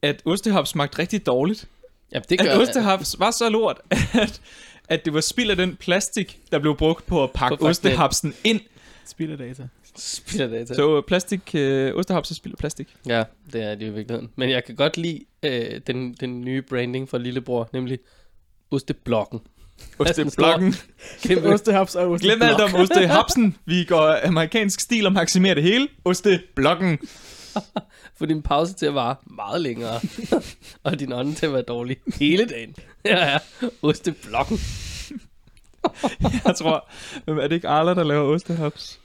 C: at ostehaps smagte rigtig dårligt.
A: Jamen, det
C: At
A: gør, <laughs>
C: ostehaps var så lort, <laughs> at, at det var spild af den plastik, der blev brugt på at pakke
A: På pakken.
C: ostehapsen ind.
B: spild af data.
A: Spiller data. Så.
C: Så øh, plastik, øh, ostehaps er spild af plastik.
A: Ja, det er det jo i virkeligheden. Men jeg kan godt lide øh, den, den nye branding for lillebror, nemlig osteblokken. Altså, den står-
C: Osteblokken.
A: Kæmpe
B: Ostehaps og ost.
C: Glem alt om ostehapsen. Vi går amerikansk stil og maksimerer det hele. Osteblokken.
A: få din pause til at vare meget længere, <laughs> og din ånde til at være dårlig hele dagen. Her er osteblokken. <laughs>
C: Jeg tror, hvem er det ikke Arla, der laver <laughs> ostehaps?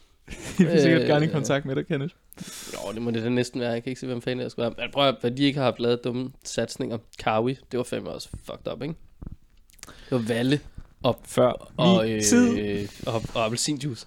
C: Jeg vil sikkert
A: Øh,
C: gerne i kontakt med dig, Kenneth.
A: Jo, det må det da næsten være. Jeg kan ikke se, hvem fanden der skulle være. Men prøv at hvad de ikke har haft lavet dumme satsninger. Kawi, det var fandme også fucked up, ikke? Det var Valle
C: Før.
A: og,
C: Lige
A: øh,
C: tid.
A: og, og
C: <laughs>
A: appelsinjuice.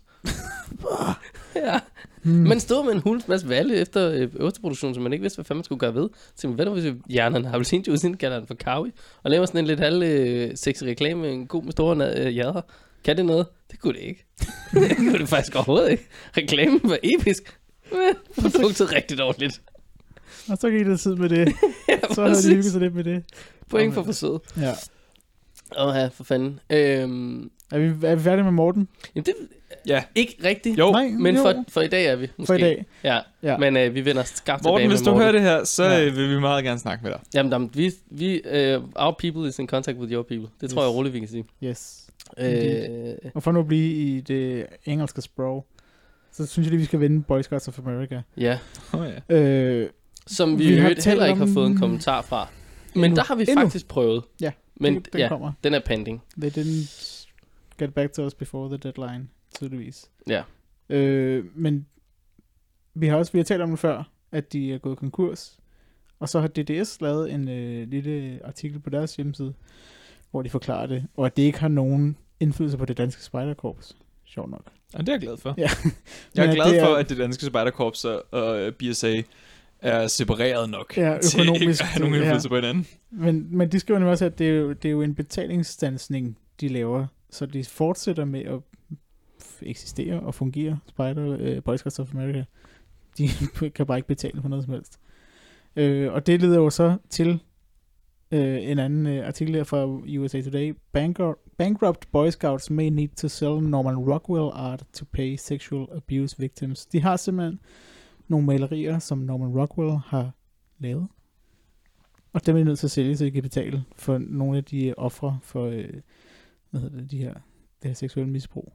A: ja. Hmm. Man stod med en hulens masse valle efter øh, osteproduktion, som man ikke vidste, hvad fanden man skulle gøre ved. Så man, hvad nu, hvis vi hjerner en appelsinjuice, inden kalder den for kawi, og laver sådan en lidt halv øh, sexy reklame med en god med store na- øh, jader. Kan det noget? Det kunne det ikke. <laughs> det kunne det faktisk overhovedet ikke. Reklamen var episk. Men <laughs> produktet rigtig dårligt.
B: Og så gik det tid med det.
A: Ja,
B: Så havde de hygget
A: præcis.
B: sig lidt med det.
A: Point for forsøget.
B: Ja.
A: Åh ja, for fanden. Øhm,
B: Er vi, er vi færdige med Morten?
A: jamen det
C: Ja.
A: ikke rigtigt.
C: Jo,
B: Nej,
A: Men
B: jo.
A: for, for i dag er vi måske.
B: for i dag.
A: Ja,
B: Ja.
A: men øh, vi vender skarpt tilbage
C: Morten, hvis
A: med
C: du
A: Morten.
C: hører det her, så
B: Ja.
C: ja. vil vi meget gerne snakke med dig.
A: Jamen, jamen vi, vi, uh, our people is in contact with your people. Det yes. tror
B: Yes.
A: jeg roligt, vi kan sige.
B: Yes. Indeed.
A: Øh,
B: Og for nu at blive i det engelske sprog, så synes jeg lige, vi skal vende Boy Scouts of America.
A: ja,
C: Oh, ja.
B: Øh,
A: som vi,
B: Vi
A: vi
B: har
A: øvrigt heller
B: talt
A: ikke har fået en
B: om-
A: kommentar fra. Men
B: Endnu.
A: der har vi
B: Endnu.
A: faktisk prøvet.
B: Ja,
A: Men
B: den, den
A: ja,
B: kommer. Altså,
A: den er pending.
B: They didn't get back to us before the deadline, tydeligvis.
A: Ja.
B: Øh, men vi har også vi har talt om det før, at de er gået konkurs. Og så har DDS lavet en øh, lille artikel på deres hjemmeside, hvor de forklarer det, og at det ikke har nogen indflydelse på det danske spejderkorps. Sjovt nok.
C: Og det er jeg glad for.
B: <laughs> Ja.
C: Jeg er
B: Men
C: glad
B: det er-
C: for, at det danske spejderkorps og- og øh, BSA er separeret nok
B: Ja,
C: til ikke
B: økonomisk,
C: at have nogen
B: ja.
C: indflydelse på hinanden.
B: Men, men de skriver nemlig også, at det er, jo, det er jo en betalingsstansning, de laver, så de fortsætter med at f- eksistere og fungere, Spider, øh, Boy Scouts of America. De <laughs> kan bare ikke betale for noget som helst. Øh, og det leder jo så til øh, en anden øh, artikel her fra USA Today. Bankrupt, bankrupt Boy Scouts may need to sell Norman Rockwell art to pay sexual abuse victims. De har simpelthen nogle malerier, som Norman Rockwell har lavet. Og dem er de nødt til at sælge, så de kan betale for nogle af de ofre for, øh, hvad hedder det, de her, det her seksuelle misbrug.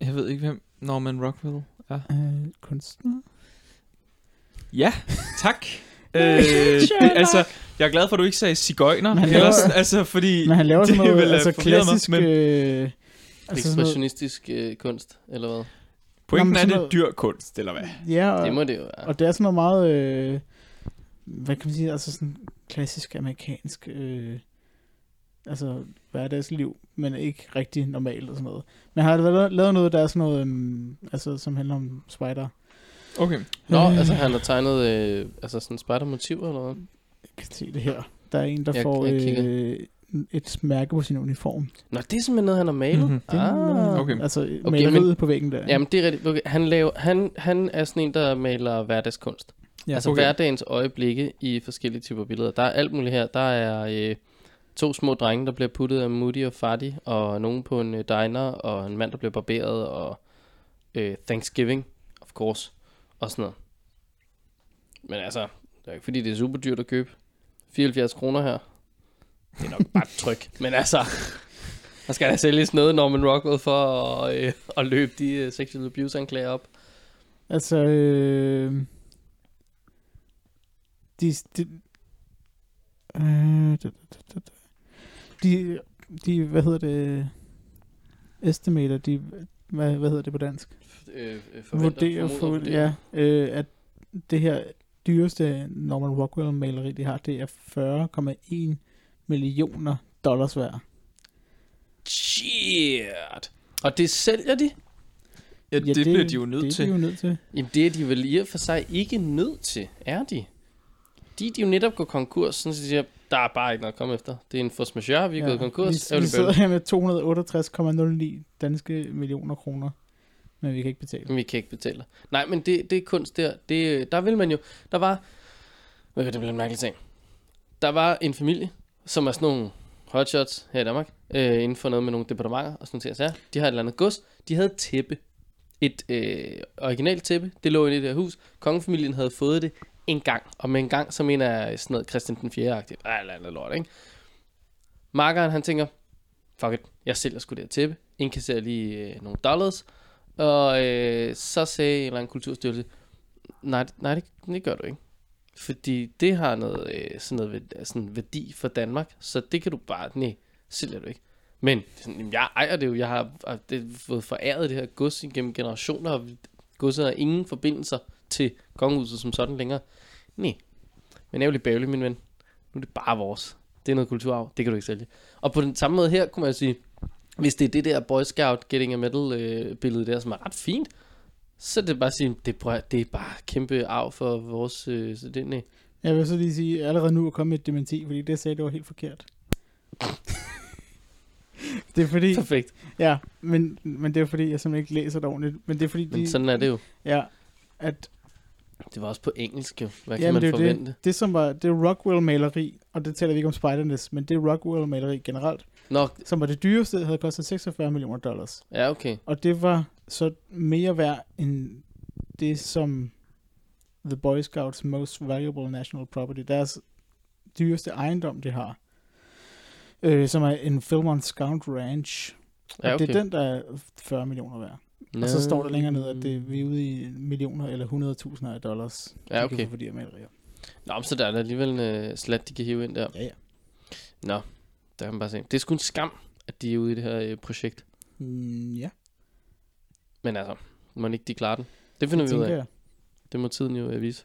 C: Jeg ved ikke, hvem Norman Rockwell er.
B: Øh, kunstner?
C: Ja,
B: <laughs>
C: tak. øh, det- altså, jeg er glad for, at du ikke sagde cigøjner.
B: Men han
C: Ellers,
B: laver-
C: altså, fordi...
B: Men han
A: <laughs>
B: laver sådan
C: det
B: noget,
C: ville, øh,
B: altså
C: forvirre mig,
B: klassisk,
C: men-
B: øh, altså sådan noget,
A: Ekspressionistisk øh, kunst, eller hvad?
C: Pointen
B: Jamen,
C: er,
B: sådan
C: det er
B: noget-
C: dyr kunst, eller hvad?
B: ja, og,
A: Det må det jo være.
B: og det er sådan noget meget, øh, hvad kan man sige, altså sådan klassisk amerikansk, øh, altså hverdagsliv, men ikke rigtig normalt og sådan noget. Men han har lavet- lavet noget, der er sådan noget, øhm, altså som handler om spider.
C: Okay.
A: Nå,
B: Øh,
A: altså han har tegnet øh, altså sådan spejdermotiver, eller hvad?
B: kan se det her. Der er en, der
A: Jeg-
B: får
A: jeg kigger.
B: øh, et mærke på sin uniform.
A: Nå, det er simpelthen noget, han har malet.
C: Mhm.
A: Mm-hmm.
B: Det er noget-
A: Ah.
C: Okay.
B: Altså
A: men-
B: okay, maleriet på væggen der.
A: Jamen, det er rigtigt. Okay. Han, laver, han, han er sådan en, der maler hverdagskunst.
B: ja,
A: Ja, altså
C: okay.
A: okay. hverdagens øjeblikke i forskellige typer billeder. Der er alt muligt her. Der er øh, to små drenge, der bliver puttet af Moody og Fatty, og nogen på en øh, diner, og en mand, der bliver barberet, og øh, Thanksgiving, of course, og sådan noget. Men altså, det er jo ikke fordi, det er super dyrt at købe. 74 kroner her. Det er nok bare et tryk. Men altså, der skal der sælges noget Norman Rockwell for at, øh, at løbe de øh, sexual abuse anklager op.
B: Altså, øh, de, de, Øh, da, da, da, da. De, de, hvad hedder det, estimater, de, hvad, hvad hedder det på dansk?
A: Øh, øh,
B: Vurderer,
A: formoder,
B: for,
A: vurderer.
B: ja, øh, at det her dyreste Norman Rockwell maleri, de har, det er 40,1 millioner dollars værd.
A: Shit. Og det sælger de?
C: Ja, det, det bliver de jo nødt
B: det
C: til.
B: Det er de jo nødt til.
A: Jamen det er de vel i og for sig ikke nødt til, er de? De er de jo netop gået konkurs, sådan så de siger, der er bare ikke noget at komme efter. Det er en force majeure, vi er ja, gået konkurs.
B: Vi, vi
A: ærgerligt
B: sidder
A: bøvl.
B: her med 268,09 danske millioner kroner, men vi kan ikke betale.
A: Men vi kan ikke betale dig. Nej, men det, det er kunst der. Det, øh, der vil man jo... Der var... Hvad kan det blive en mærkelig ting? Der var en familie, som er sådan nogle hotshots her i Danmark, øh, inden for noget med nogle departementer og sådan noget. De har et eller andet gods. De havde et tæppe. Et øh, originalt tæppe. Det lå inde i det her hus. Kongefamilien havde fået det en gang. Og med en gang, som en af sådan noget Christian den 4-agtigt. Ej, eller andet lort, ikke? Markeren, han tænker, fuck it, jeg sælger sgu det her tæppe. Indkasserer lige øh, nogle dollars. Og øh, så sagde en eller anden kulturstyrelse, nej, det- nej det, det gør du ikke. Fordi det har noget, øh, sådan noget ved- sådan værdi for Danmark, så det kan du bare, nej, sælger du ikke. Men sådan, "Jamen, jeg ejer det jo, jeg har og det, har fået foræret det her gods gennem generationer, og godset har ingen forbindelser til kongehuset som sådan længere. Nej, men ærgerligt bævlig, min ven. Nu er det bare vores. Det er noget kulturarv, det kan du ikke sælge. Og på den samme måde her kunne man sige, hvis det er det der Boy Scout Getting a Medal øh, billede der, som er ret fint, så er det bare at sige, det, prøv, at- det er bare kæmpe arv for vores... Øh, så det, nej.
B: Jeg vil så lige sige, allerede nu er kommet et dementi, fordi det jeg sagde, det var helt forkert. <laughs> det er fordi,
A: Perfekt.
B: ja, men, men det er fordi, jeg simpelthen ikke læser det ordentligt. Men det er fordi,
A: Men
B: de,
A: sådan er det jo.
B: ja, at,
A: Det var også på engelsk jo. Hvad kan
B: jamen,
A: man
B: det, er jo
A: forvente?
B: det, det, som var, det er Rockwell-maleri, og det taler vi ikke om spiderness, men det er Rockwell-maleri generelt,
A: Nå,
B: som var det dyreste, havde kostet 46 millioner dollars.
A: ja okay.
B: Og det var så mere værd end det, som The Boy Scouts Most Valuable National Property, deres dyreste ejendom, de har, øh, som er en Philmont Scout Ranch.
A: Ja,
B: Og
A: okay.
B: det er den, der er 40 millioner værd. Nå. Og så står der længere ned, at det, vi er ude i millioner eller 100.000 af dollars.
A: Ja, okay.
B: For de her malerier.
A: Nå, men så der er der alligevel en øh, slat, de kan hive ind der.
B: Ja, ja.
A: Nå, der kan man bare se. Det er sgu en skam, at de er ude i det her øh, projekt.
B: Mm, ja,
A: Men altså, må ikke de klarer den. Det finder
B: det
A: vi ud af.
B: tænker jeg.
A: Det må tiden jo øh, vise.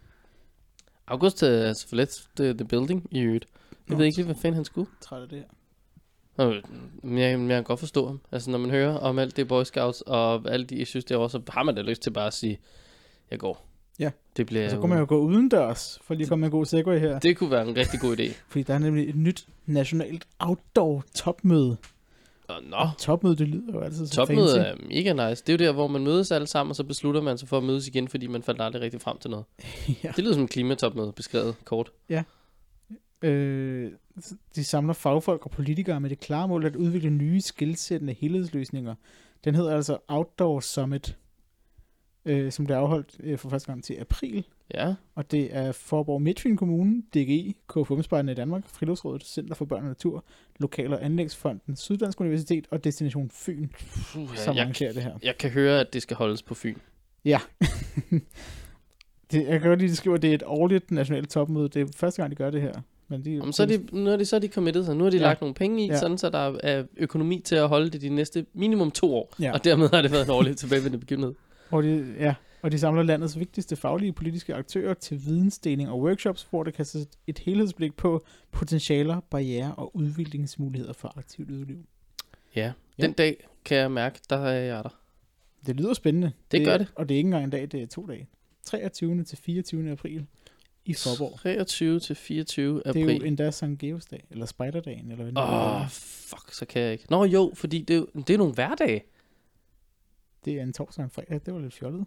A: August havde altså forladt the, the building i øvrigt. Jeg
B: Nå.
A: ved ikke lige, hvad fanden han skulle.
B: Træt af det her.
A: Nå, Men jeg, men jeg kan godt forstå ham. Altså, når man hører om alt det Boy Scouts og alle de issues derovre, så har man da lyst til bare at sige, jeg går.
B: Ja.
A: Det bliver
B: Og så kunne man jo gå udendørs, for lige at komme med en god segway her.
A: Det kunne være en rigtig god idé.
B: Fordi der er nemlig et nyt nationalt outdoor topmøde.
A: Og nå,
B: Topmøde, det lyder jo altid så
A: topmødet
B: fancy.
A: er mega nice. Det er jo der, hvor man mødes alle sammen, og så beslutter man sig for at mødes igen, fordi man faldt aldrig rigtig frem til noget.
B: <laughs> ja.
A: Det lyder som et klimatopmøde, beskrevet kort.
B: øh, de samler fagfolk og politikere med det klare mål at udvikle nye skilsættende helhedsløsninger. Den hedder altså Outdoor Summit, øh, som bliver afholdt øh, for første gang til april.
A: Ja,
B: Og det er Forborg Midtfyn Kommune, DGI, KFUM-spejlene i Danmark, Friluftsrådet, Center for Børn og Natur, Lokal- og Anlægsfonden, Syddansk Universitet og Destination Fyn,
A: Puh,
B: som
A: jeg, jeg,
B: arrangerer det her.
A: jeg kan høre, at det skal holdes på Fyn.
B: Det, jeg kan godt lide, at de skriver, at det er et årligt nationalt topmøde. Det er første gang, de gør det her. Men de,
A: Jamen, så er de, nu er de så er de committed sig. Nu har de ja.
B: Ja.
A: lagt nogle penge i, ja.
B: Ja.
A: sådan så der er økonomi til at holde det de næste minimum to år. Ja.
B: Ja.
A: Og dermed har det været en årlig tilbagevendende begivenhed.
B: Hvor de, ja, og de samler landets vigtigste faglige og politiske aktører til vidensdeling og workshops, hvor der kastes et helhedsblik på potentialer, barriere og udviklingsmuligheder for aktivt udliv.
A: Ja.
B: Ja.
A: Den dag kan jeg mærke, der er jeg der.
B: Det lyder spændende.
A: Det gør det.
B: Og det er ikke engang en dag, det er to dage. 23. til 24. april i Forborg.
A: 23 til 24
B: Det er
A: april.
B: jo endda Sankt Geos dag, eller Spejderdagen, eller hvad
A: Åh,
B: oh.
A: oh, fuck, så kan jeg ikke. Nå jo, fordi det, er jo- det er nogle hverdage.
B: det er en torsdag og en fredag. Det var lidt fjollet.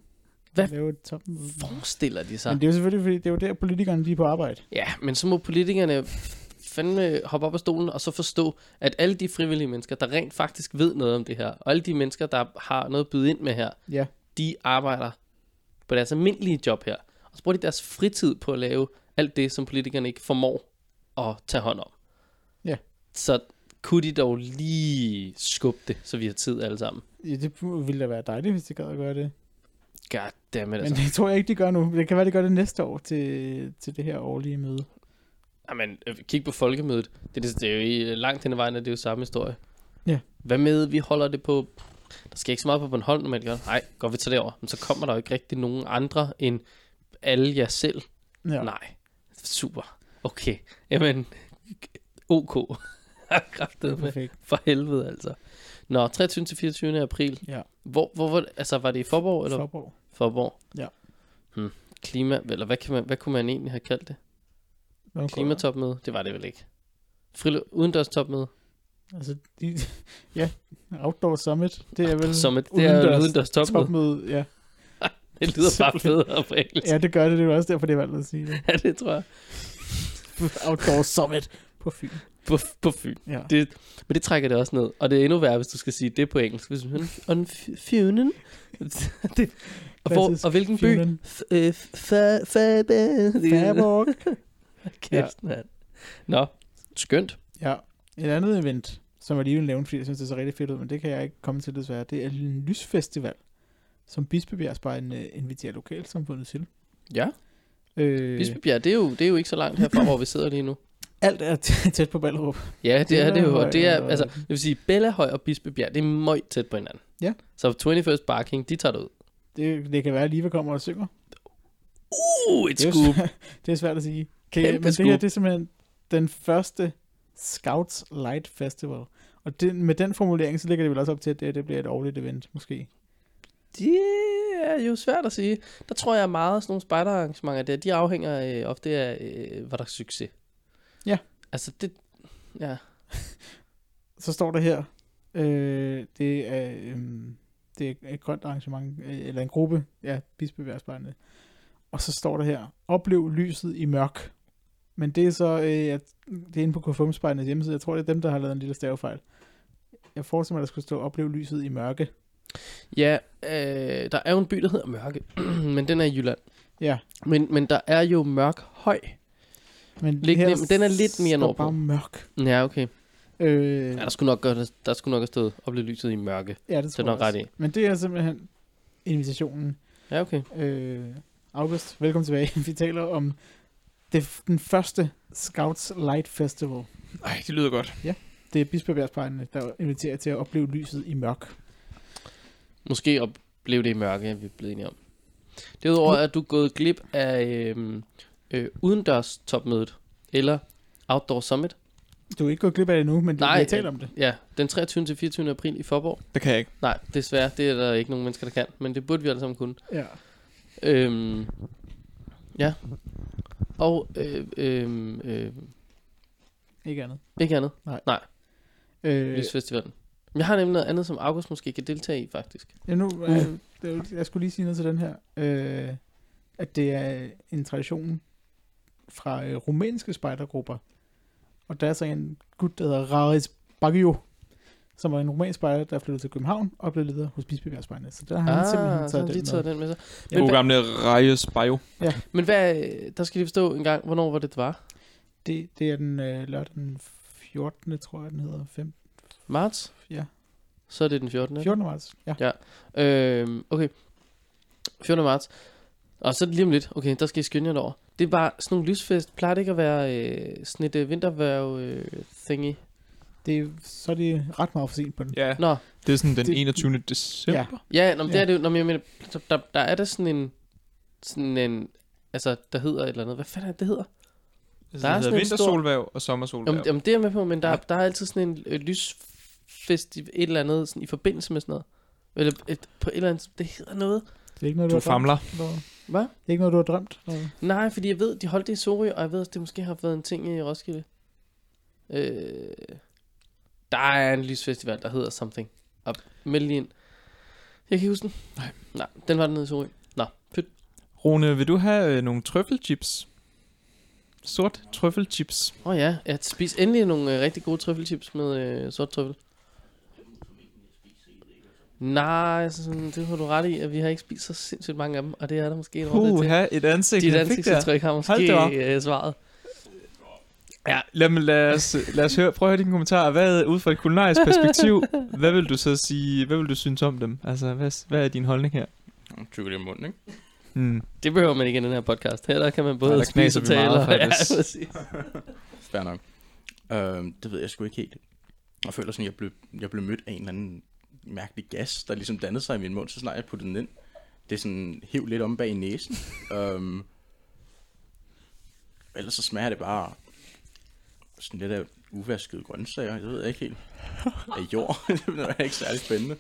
A: Hvad?
B: Det var et topmøde.
A: Forestiller de sig.
B: Men det er jo selvfølgelig, fordi det er jo der, politikerne de er på arbejde.
A: Ja, men så må politikerne fandme hoppe op af stolen og så forstå, at alle de frivillige mennesker, der rent faktisk ved noget om det her, og alle de mennesker, der har noget at byde ind med her,
B: Ja.
A: de arbejder på deres almindelige job her. Og så bruger de deres fritid på at lave alt det, som politikerne ikke formår at tage hånd om.
B: Ja.
A: Så kunne de dog lige skubbe det, så vi har tid alle sammen.
B: ja, det ville da være dejligt, hvis de gad at gøre det.
A: Goddammit
B: Men
A: altså.
B: det tror jeg ikke, de gør nu. Det kan være, de gør det næste år til, til det her årlige møde.
A: Jamen, øh, kig på folkemødet. Det, det, det er jo i, øh, langt hen ad vejen, at det er jo samme historie.
B: Ja.
A: Hvad med, vi holder det på... Der sker ikke så meget på Bornholm, når man gør. Nej, går vi til derover. Men så kommer der jo ikke rigtig nogen andre end alle jer selv.
B: Ja.
A: Ja. Nej. Super. Okay. Jamen, <laughs> ok. <laughs> Kræftet med.
B: Perfekt.
A: For helvede, altså. Nå, 23. til 24. april.
B: Ja.
A: Hvor, hvor, hvor, altså, var det i Forborg? Eller?
B: Forborg.
A: Forborg.
B: Ja.
A: Hmm. Klima, eller hvad, kan man, hvad kunne man egentlig have kaldt det?
B: Okay.
A: Klimatopmøde? Det var det vel ikke. Fril udendørs topmøde?
B: Altså, de, ja, Outdoor Summit, det er vel
A: Som et, det er jo et
B: udendørs
A: udendørs topmøde.
B: topmøde. Ja.
A: Det lyder bare
B: Simpelthen.
A: federe på engelsk.
B: ja, det gør det. Det er jo også derfor, det er valgt at sige det.
A: Ja, det tror jeg.
B: Outdoor Summit på Fyn.
A: På, på Fyn.
B: Ja.
A: Det, men det trækker det også ned. Og det er endnu værre, hvis du skal sige det på engelsk. Hvis man,
B: <laughs>
A: on Fynen. <laughs> det, og, hvor, og hvilken by?
B: Fynen.
A: F- øh, f- fa- fa- ba-
B: Faborg.
A: Kæft, mand. Nå, skønt.
B: Ja, et andet event, som jeg lige vil nævne, fordi jeg synes, det ser rigtig fedt ud, men det kan jeg ikke komme til desværre, det er en lysfestival, som Bispebjerg Spejden øh, inviterer lokalsamfundet til.
A: Ja,
B: Øh,
A: Bispebjerg, det er jo, det er jo ikke så langt herfra, hvor vi sidder lige nu.
B: alt er t- <laughs> tæt på Ballerup.
A: Ja, det er det jo.
B: Bellahøj
A: Og det er,
B: og-
A: altså, det vil sige, Bellahøj og Bispebjerg, det er møjt tæt på hinanden.
B: Ja.
A: Så 21st Barking, de tager det ud.
B: Det, det kan være, at Liva kommer og synger.
A: Uh, et
B: Det er,
A: scoop.
B: <laughs> jo, det er svært at sige. Kan
A: Kæmpe
B: jeg, men det her
A: scoop.
B: det er simpelthen den første Scouts Light Festival. Og det, med den formulering, så ligger det vel også op til, at det, her, det bliver et årligt event, måske.
A: Det er jo svært at sige. Der tror jeg meget, at sådan nogle spejderarrangementer der, de afhænger øh, ofte af, øh, var der er succes.
B: Ja.
A: Altså, det, ja.
B: Så står der her, øh, det, er, øh, det er et grønt arrangement, øh, eller en gruppe, ja, bispeværdsbarnet. Og så står der her, oplev lyset i mørk. Men det er så, øh, jeg, det er inde på KFUM-spejdernes hjemmeside, jeg tror, det er dem, der har lavet en lille stavefejl. Jeg forestiller mig, at der skulle stå, oplev lyset i mørke.
A: Ja, øh, der er jo en by, der hedder Mørke, <clears throat> men den er i Jylland.
B: Ja,
A: Men, men der er jo Mørk Høj.
B: men
A: Lidt nem- den er lidt mere
B: står
A: nordpå.
B: bare mørk.
A: Ja, okay.
B: Øh,
A: Ja, der skulle nok, godt, der skulle nok have stået opleve lyset i mørke.
B: ja, det
A: Det er nok ret i.
B: Men det er simpelthen invitationen.
A: Ja, okay.
B: Øh, August, velkommen tilbage. <laughs> Vi taler om det, den første Scouts Light Festival.
C: Ej, det lyder godt.
B: Det er bispebærspejlene, der inviterer til at opleve lyset i mørk.
A: Måske opleve det i mørke, er vi blevet enige om. Derudover er du gået glip af øh, øh, udendørs topmødet, eller Outdoor Summit.
B: Du er ikke gået glip af det nu, men
A: Nej,
B: Nej, vi har talt om det.
A: Ja, den 23. til 24. april i Forborg.
C: Det kan jeg ikke.
A: Nej, desværre, det er der ikke nogen mennesker, der kan, men det burde vi alle sammen kunne.
B: Ja.
A: Øhm, ja. Og øh, øh, øh,
B: Ikke andet.
A: ikke andet.
B: Øh,
A: Lysfestivalen. Men Jeg har nemlig noget andet, som August måske kan deltage i, faktisk.
B: ja, nu,
A: Uh.
B: øh, det er jo- jeg skulle lige sige noget til den her. Øh, at det er en tradition fra øh, rumænske spejdergrupper. Og der er så en gut, der hedder Raris Baggio, som var en rumænsk spejder, der flyttede til København og blev leder hos Bispebjergspejderne. Så der har Ah, han
A: Ah,
B: simpelthen
A: så har
B: taget
A: han lige
B: den
A: taget
B: med.
A: den med sig.
C: Ja, God
A: hvad-
C: gamle Reyes Bio.
A: Men hvad, øh, der skal de forstå en gang, hvornår var det, det var?
B: Det, det er den øh, lørdag den 14. tror jeg, den hedder. 5.
A: Marts?
B: Ja.
A: Så er det den 14. 14.
B: 14. marts. Ja.
A: Øhm, okay. 14. marts. Og så lige om lidt. Okay, der skal I skynde jer derover. Det er bare sådan nogle lysfest. Plejer det ikke at være øh, sådan et øh, vinterværv øh, thingy?
B: Det, er- så er det ret meget for sent på den.
C: Ja,
A: Nå,
C: det er sådan den
B: Det-
C: 21. december.
B: Ja.
A: Ja, nå, men det
B: Ja.
A: er det jo. Nå, men jeg mener, så der, der er der sådan en, sådan en, altså, der hedder et eller andet. Hvad fanden er det, det hedder?
C: Der er sådan
A: en stor-
C: Altså, vintersolværv og
A: Jamen,
C: sommersolværv.
A: jamen, det er jeg med på, men der,
C: Ja.
A: der er altid sådan en øh, lysfestival, et eller andet, sådan i forbindelse med sådan noget. Eller et, på et eller andet, det hedder noget.
B: Det er ikke noget, du,
C: Du
B: har drømt.
C: famler.
B: eller-
A: Hvad?
B: Det er ikke noget, du har drømt. eller-
A: Nej, fordi jeg ved, de holdt det i Sorø, og jeg ved, at det måske har været en ting i Roskilde. Øh, der er en lysfestival, der hedder something. Og meld lige ind. Jeg kan ikke huske den.
C: Nej.
A: Nej, den var dernede i Sorø. Nå, fedt.
C: Rune, vil du have øh, nogle trøffelchips? Sort trøffelchips.
A: Åh oh, ja, jeg spis endelig nogle øh, rigtig gode trøffelchips med øh, sort trøffel. Nej, altså, sådan, det har du ret i, at vi har ikke spist så sindssygt mange af dem, og det er der måske en årsag
C: Uh,
A: til.
C: have et ansigt.
A: Dit
C: jeg fik der.
A: ansigtsudtryk har
C: Hold da op.
A: måske øh, svaret.
C: Ja, lad, mig, lad, os, øh, lad os høre, prøv at høre din kommentar. Hvad, ud fra et
A: <laughs>
C: kulinarisk perspektiv, hvad vil du så sige, hvad vil du synes om dem? Altså, hvad, hvad er din holdning her?
E: Tykker i munden, ikke?
C: Mm.
A: Det behøver man ikke i den her podcast. Her der kan man både
C: Nej, der
A: spise
C: knaser
A: og tale.
C: vi meget,
A: og- <laughs> ja,
C: faktisk.
A: præcis.
E: Fair nok. Øhm, det ved jeg sgu ikke helt. Jeg føler sådan, at jeg blev, jeg blev mødt af en eller anden mærkelig gas, der ligesom dannede sig i min mund, så snart jeg puttede den ind. Det er sådan hæv lidt om bag næsen. øhm, ellers så smager det bare sådan lidt af uvaskede grøntsager. Jeg ved ikke helt. Af jord. <laughs> det er ikke særlig spændende.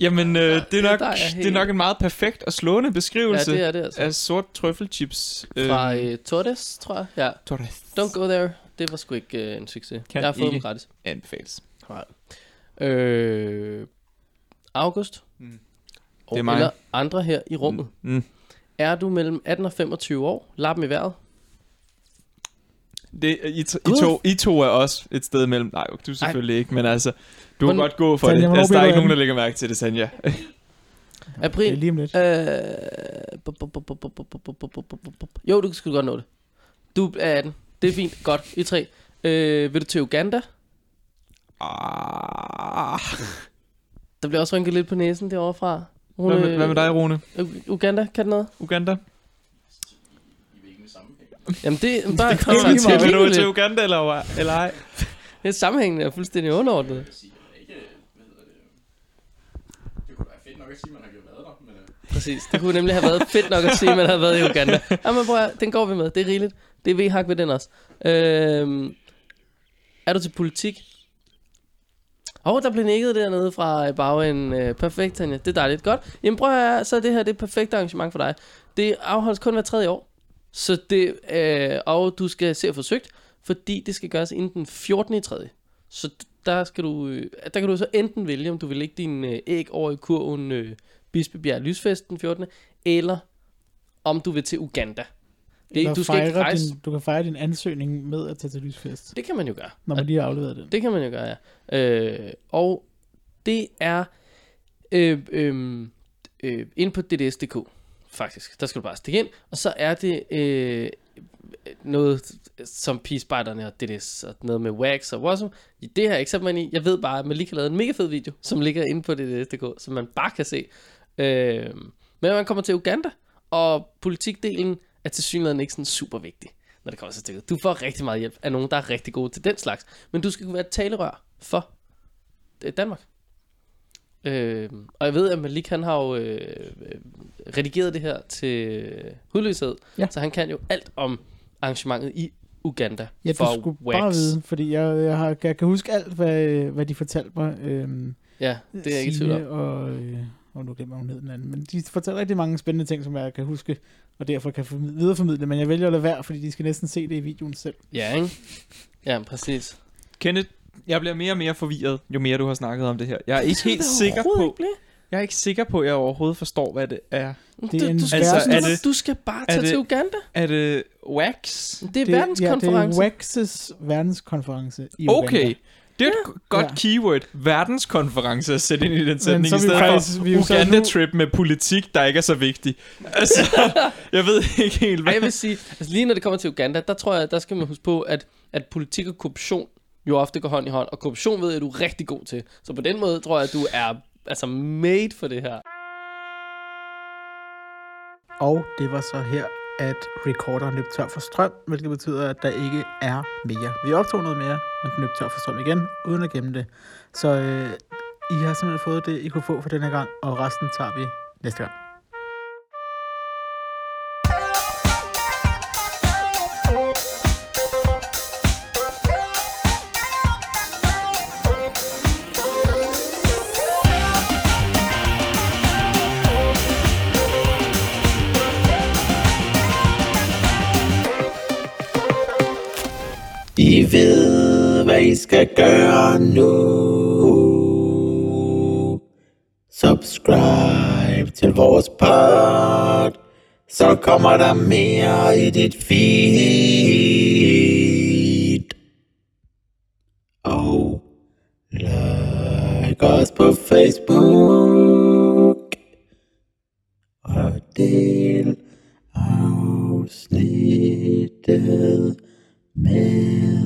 C: Jamen, øh, det,
A: det
C: er nok,
A: der er
C: det,
A: helt-
C: er nok en meget perfekt og slående beskrivelse
A: ja, det er det altså.
C: af sort trøffelchips.
A: Fra øh, Torres, tror jeg. Ja.
C: Torres.
A: Don't go there. Det var sgu ikke øh, en succes.
C: Kan
A: jeg har fået
C: ikke.
A: dem gratis.
C: Anbefales.
A: Øh, August.
C: Mm.
A: Og,
C: Det er mig.
A: Eller andre her i rummet.
C: Mm.
A: Er du mellem 18 og 25 år? Lap dem i vejret.
C: Det, øh, I, t- I,
A: Gud.
C: to, I to er også et sted mellem... Nej, du selvfølgelig ikke, men altså... Du kan
A: Hvordan-
C: godt gå for
B: Tanja,
C: det.
B: hvornår
C: Altså, der
B: bliver
C: er ikke
B: du
C: nogen, der lægger mærke til det, Sanja.
B: Det er
A: April.
B: lige om lidt.
A: Øh, bu- bu- bu- bu- bu- bu- bu- bu- bu- bu- bu- bu- Jo, du kan sgu godt nå det. Du er 18. Det er fint. Godt. I tre. Øh, vil du til Uganda?
C: Ah.
A: Der bliver også rynket lidt på næsen derovre fra. Hun,
C: Hvad, med,
A: øh,
C: hvad med dig, Rune?
A: U- Uganda, kan det noget?
C: Uganda?
A: Jamen det,
C: <laughs>
A: der er
B: lige meget.
A: konsekvenser.
B: Skal
C: Vil
A: Det,
C: du Altså, til
A: det,
C: Uganda, eller, hvad? eller ej?
A: det er sammenhængende og fuldstændig underordnet.
E: øh, Det kunne være fedt nok at sige, at man har været der, men... øh.
A: Præcis. Det kunne nemlig have været fedt nok at sige, at man havde været i
E: <laughs>
A: Uganda. Jamen prøv at, høre, den går vi med. Det er rigeligt. Det er V-hak ved den også. Øhm, er du til politik? Åh, oh, der blev nikket dernede fra bagenden. Øh, perfekt, Tanja. Det er dejligt. Godt. Jamen prøv at høre, så er det her det perfekte arrangement for dig. Det afholdes kun hver tredje år. Så det, øh, og du skal se og forsøgt, fordi det skal gøres inden den 14. i 3. Så der, skal du, øh, der kan du så enten vælge, om du vil lægge din øh, æg over i kurven øh, Bispebjerg Lysfest den 14. Eller om du vil til Uganda.
B: Eller
A: Det, du skal ikke
B: fejre
A: rejse.
B: din, du kan fejre din ansøgning med at tage til lysfest,
A: Det kan man jo gøre.
B: når man lige har afleveret den.
A: Det kan man jo gøre, ja. Øh, og det er øh, øh, øh, ind på DDS.dk, faktisk. Der skal du bare stikke ind. Og så er det øh, noget, som pigespejderne og DDS og noget med Wax og Wasm. Det har jeg ikke sat mig ind i. Jeg ved bare, at man lige kan lave en mega fed video, som ligger inde på DDS.dk, som man bare kan se. Øh, men man kommer til Uganda, og politikdelen er til synligheden ikke sådan super vigtig, når det kommer til stykket. Du får rigtig meget hjælp af nogen, der er rigtig gode til den slags. Men du skal kunne være et talerør for øh, Danmark. Øh, og jeg ved, at Malik han har jo øh, øh, redigeret det her til øh, hudløshed,
B: Ja.
A: så han kan jo alt om arrangementet i Uganda
B: Ja,
A: for
B: du skulle
A: Wax.
B: bare vide, fordi jeg, jeg, har, jeg kan huske alt, hvad, hvad de fortalte mig. Øhm,
A: Ja, det er jeg ikke i tvivl om.
B: Signe Og, øh, og nu glemmer jeg, hun hed den anden. Men de fortæller rigtig mange spændende ting, som jeg kan huske, og derfor kan formid- videreformidle. Men jeg vælger at lade være, fordi de skal næsten se det i videoen selv.
A: Ja, ikke? Ja, præcis.
C: Kenneth, jeg bliver mere og mere forvirret, jo mere du har snakket om det her. Jeg er ikke helt sikker på... Jeg er ikke sikker på, at jeg overhovedet forstår, hvad det er.
B: Det er
A: Du,
B: en
A: du, skal,
B: Altså,
A: altså,
B: er
A: det,
C: det-
A: du skal bare
C: er
A: tage
C: det-
A: til Uganda.
C: Er det wax?
A: Det er det, verdenskonference.
B: Ja, det er WAX's verdenskonference i Uganda.
C: Okay, det er et go- godt
B: Ja.
C: keyword. Verdenskonference at sætte ind i den
B: så
C: sætning,
B: er vi
C: i stedet
B: faktisk-
C: for
B: vi er jo så nu-
C: Uganda-trip med politik, der ikke er så vigtig. Altså, jeg ved ikke helt,
A: Ej, jeg
C: hvad...
A: vil sige, altså lige når det kommer til Uganda, der tror jeg, der skal man huske på, at, at politik og korruption jo ofte går hånd i hånd, og korruption ved jeg, du er rigtig god til. Så på den måde tror jeg, at du er altså made for det her.
B: Og det var så her, at recorderen løb tør for strøm, hvilket betyder, at der ikke er mere. Vi optog noget mere, men den løb tør for strøm igen, uden at gemme det. Så øh, I har simpelthen fået det, I kunne få for den her gang, og resten tager vi næste gang.
F: I ved, hvad I skal gøre nu. Subscribe til vores pod, så kommer der mere i dit feed. Og like os på Facebook. Og del afsnittet med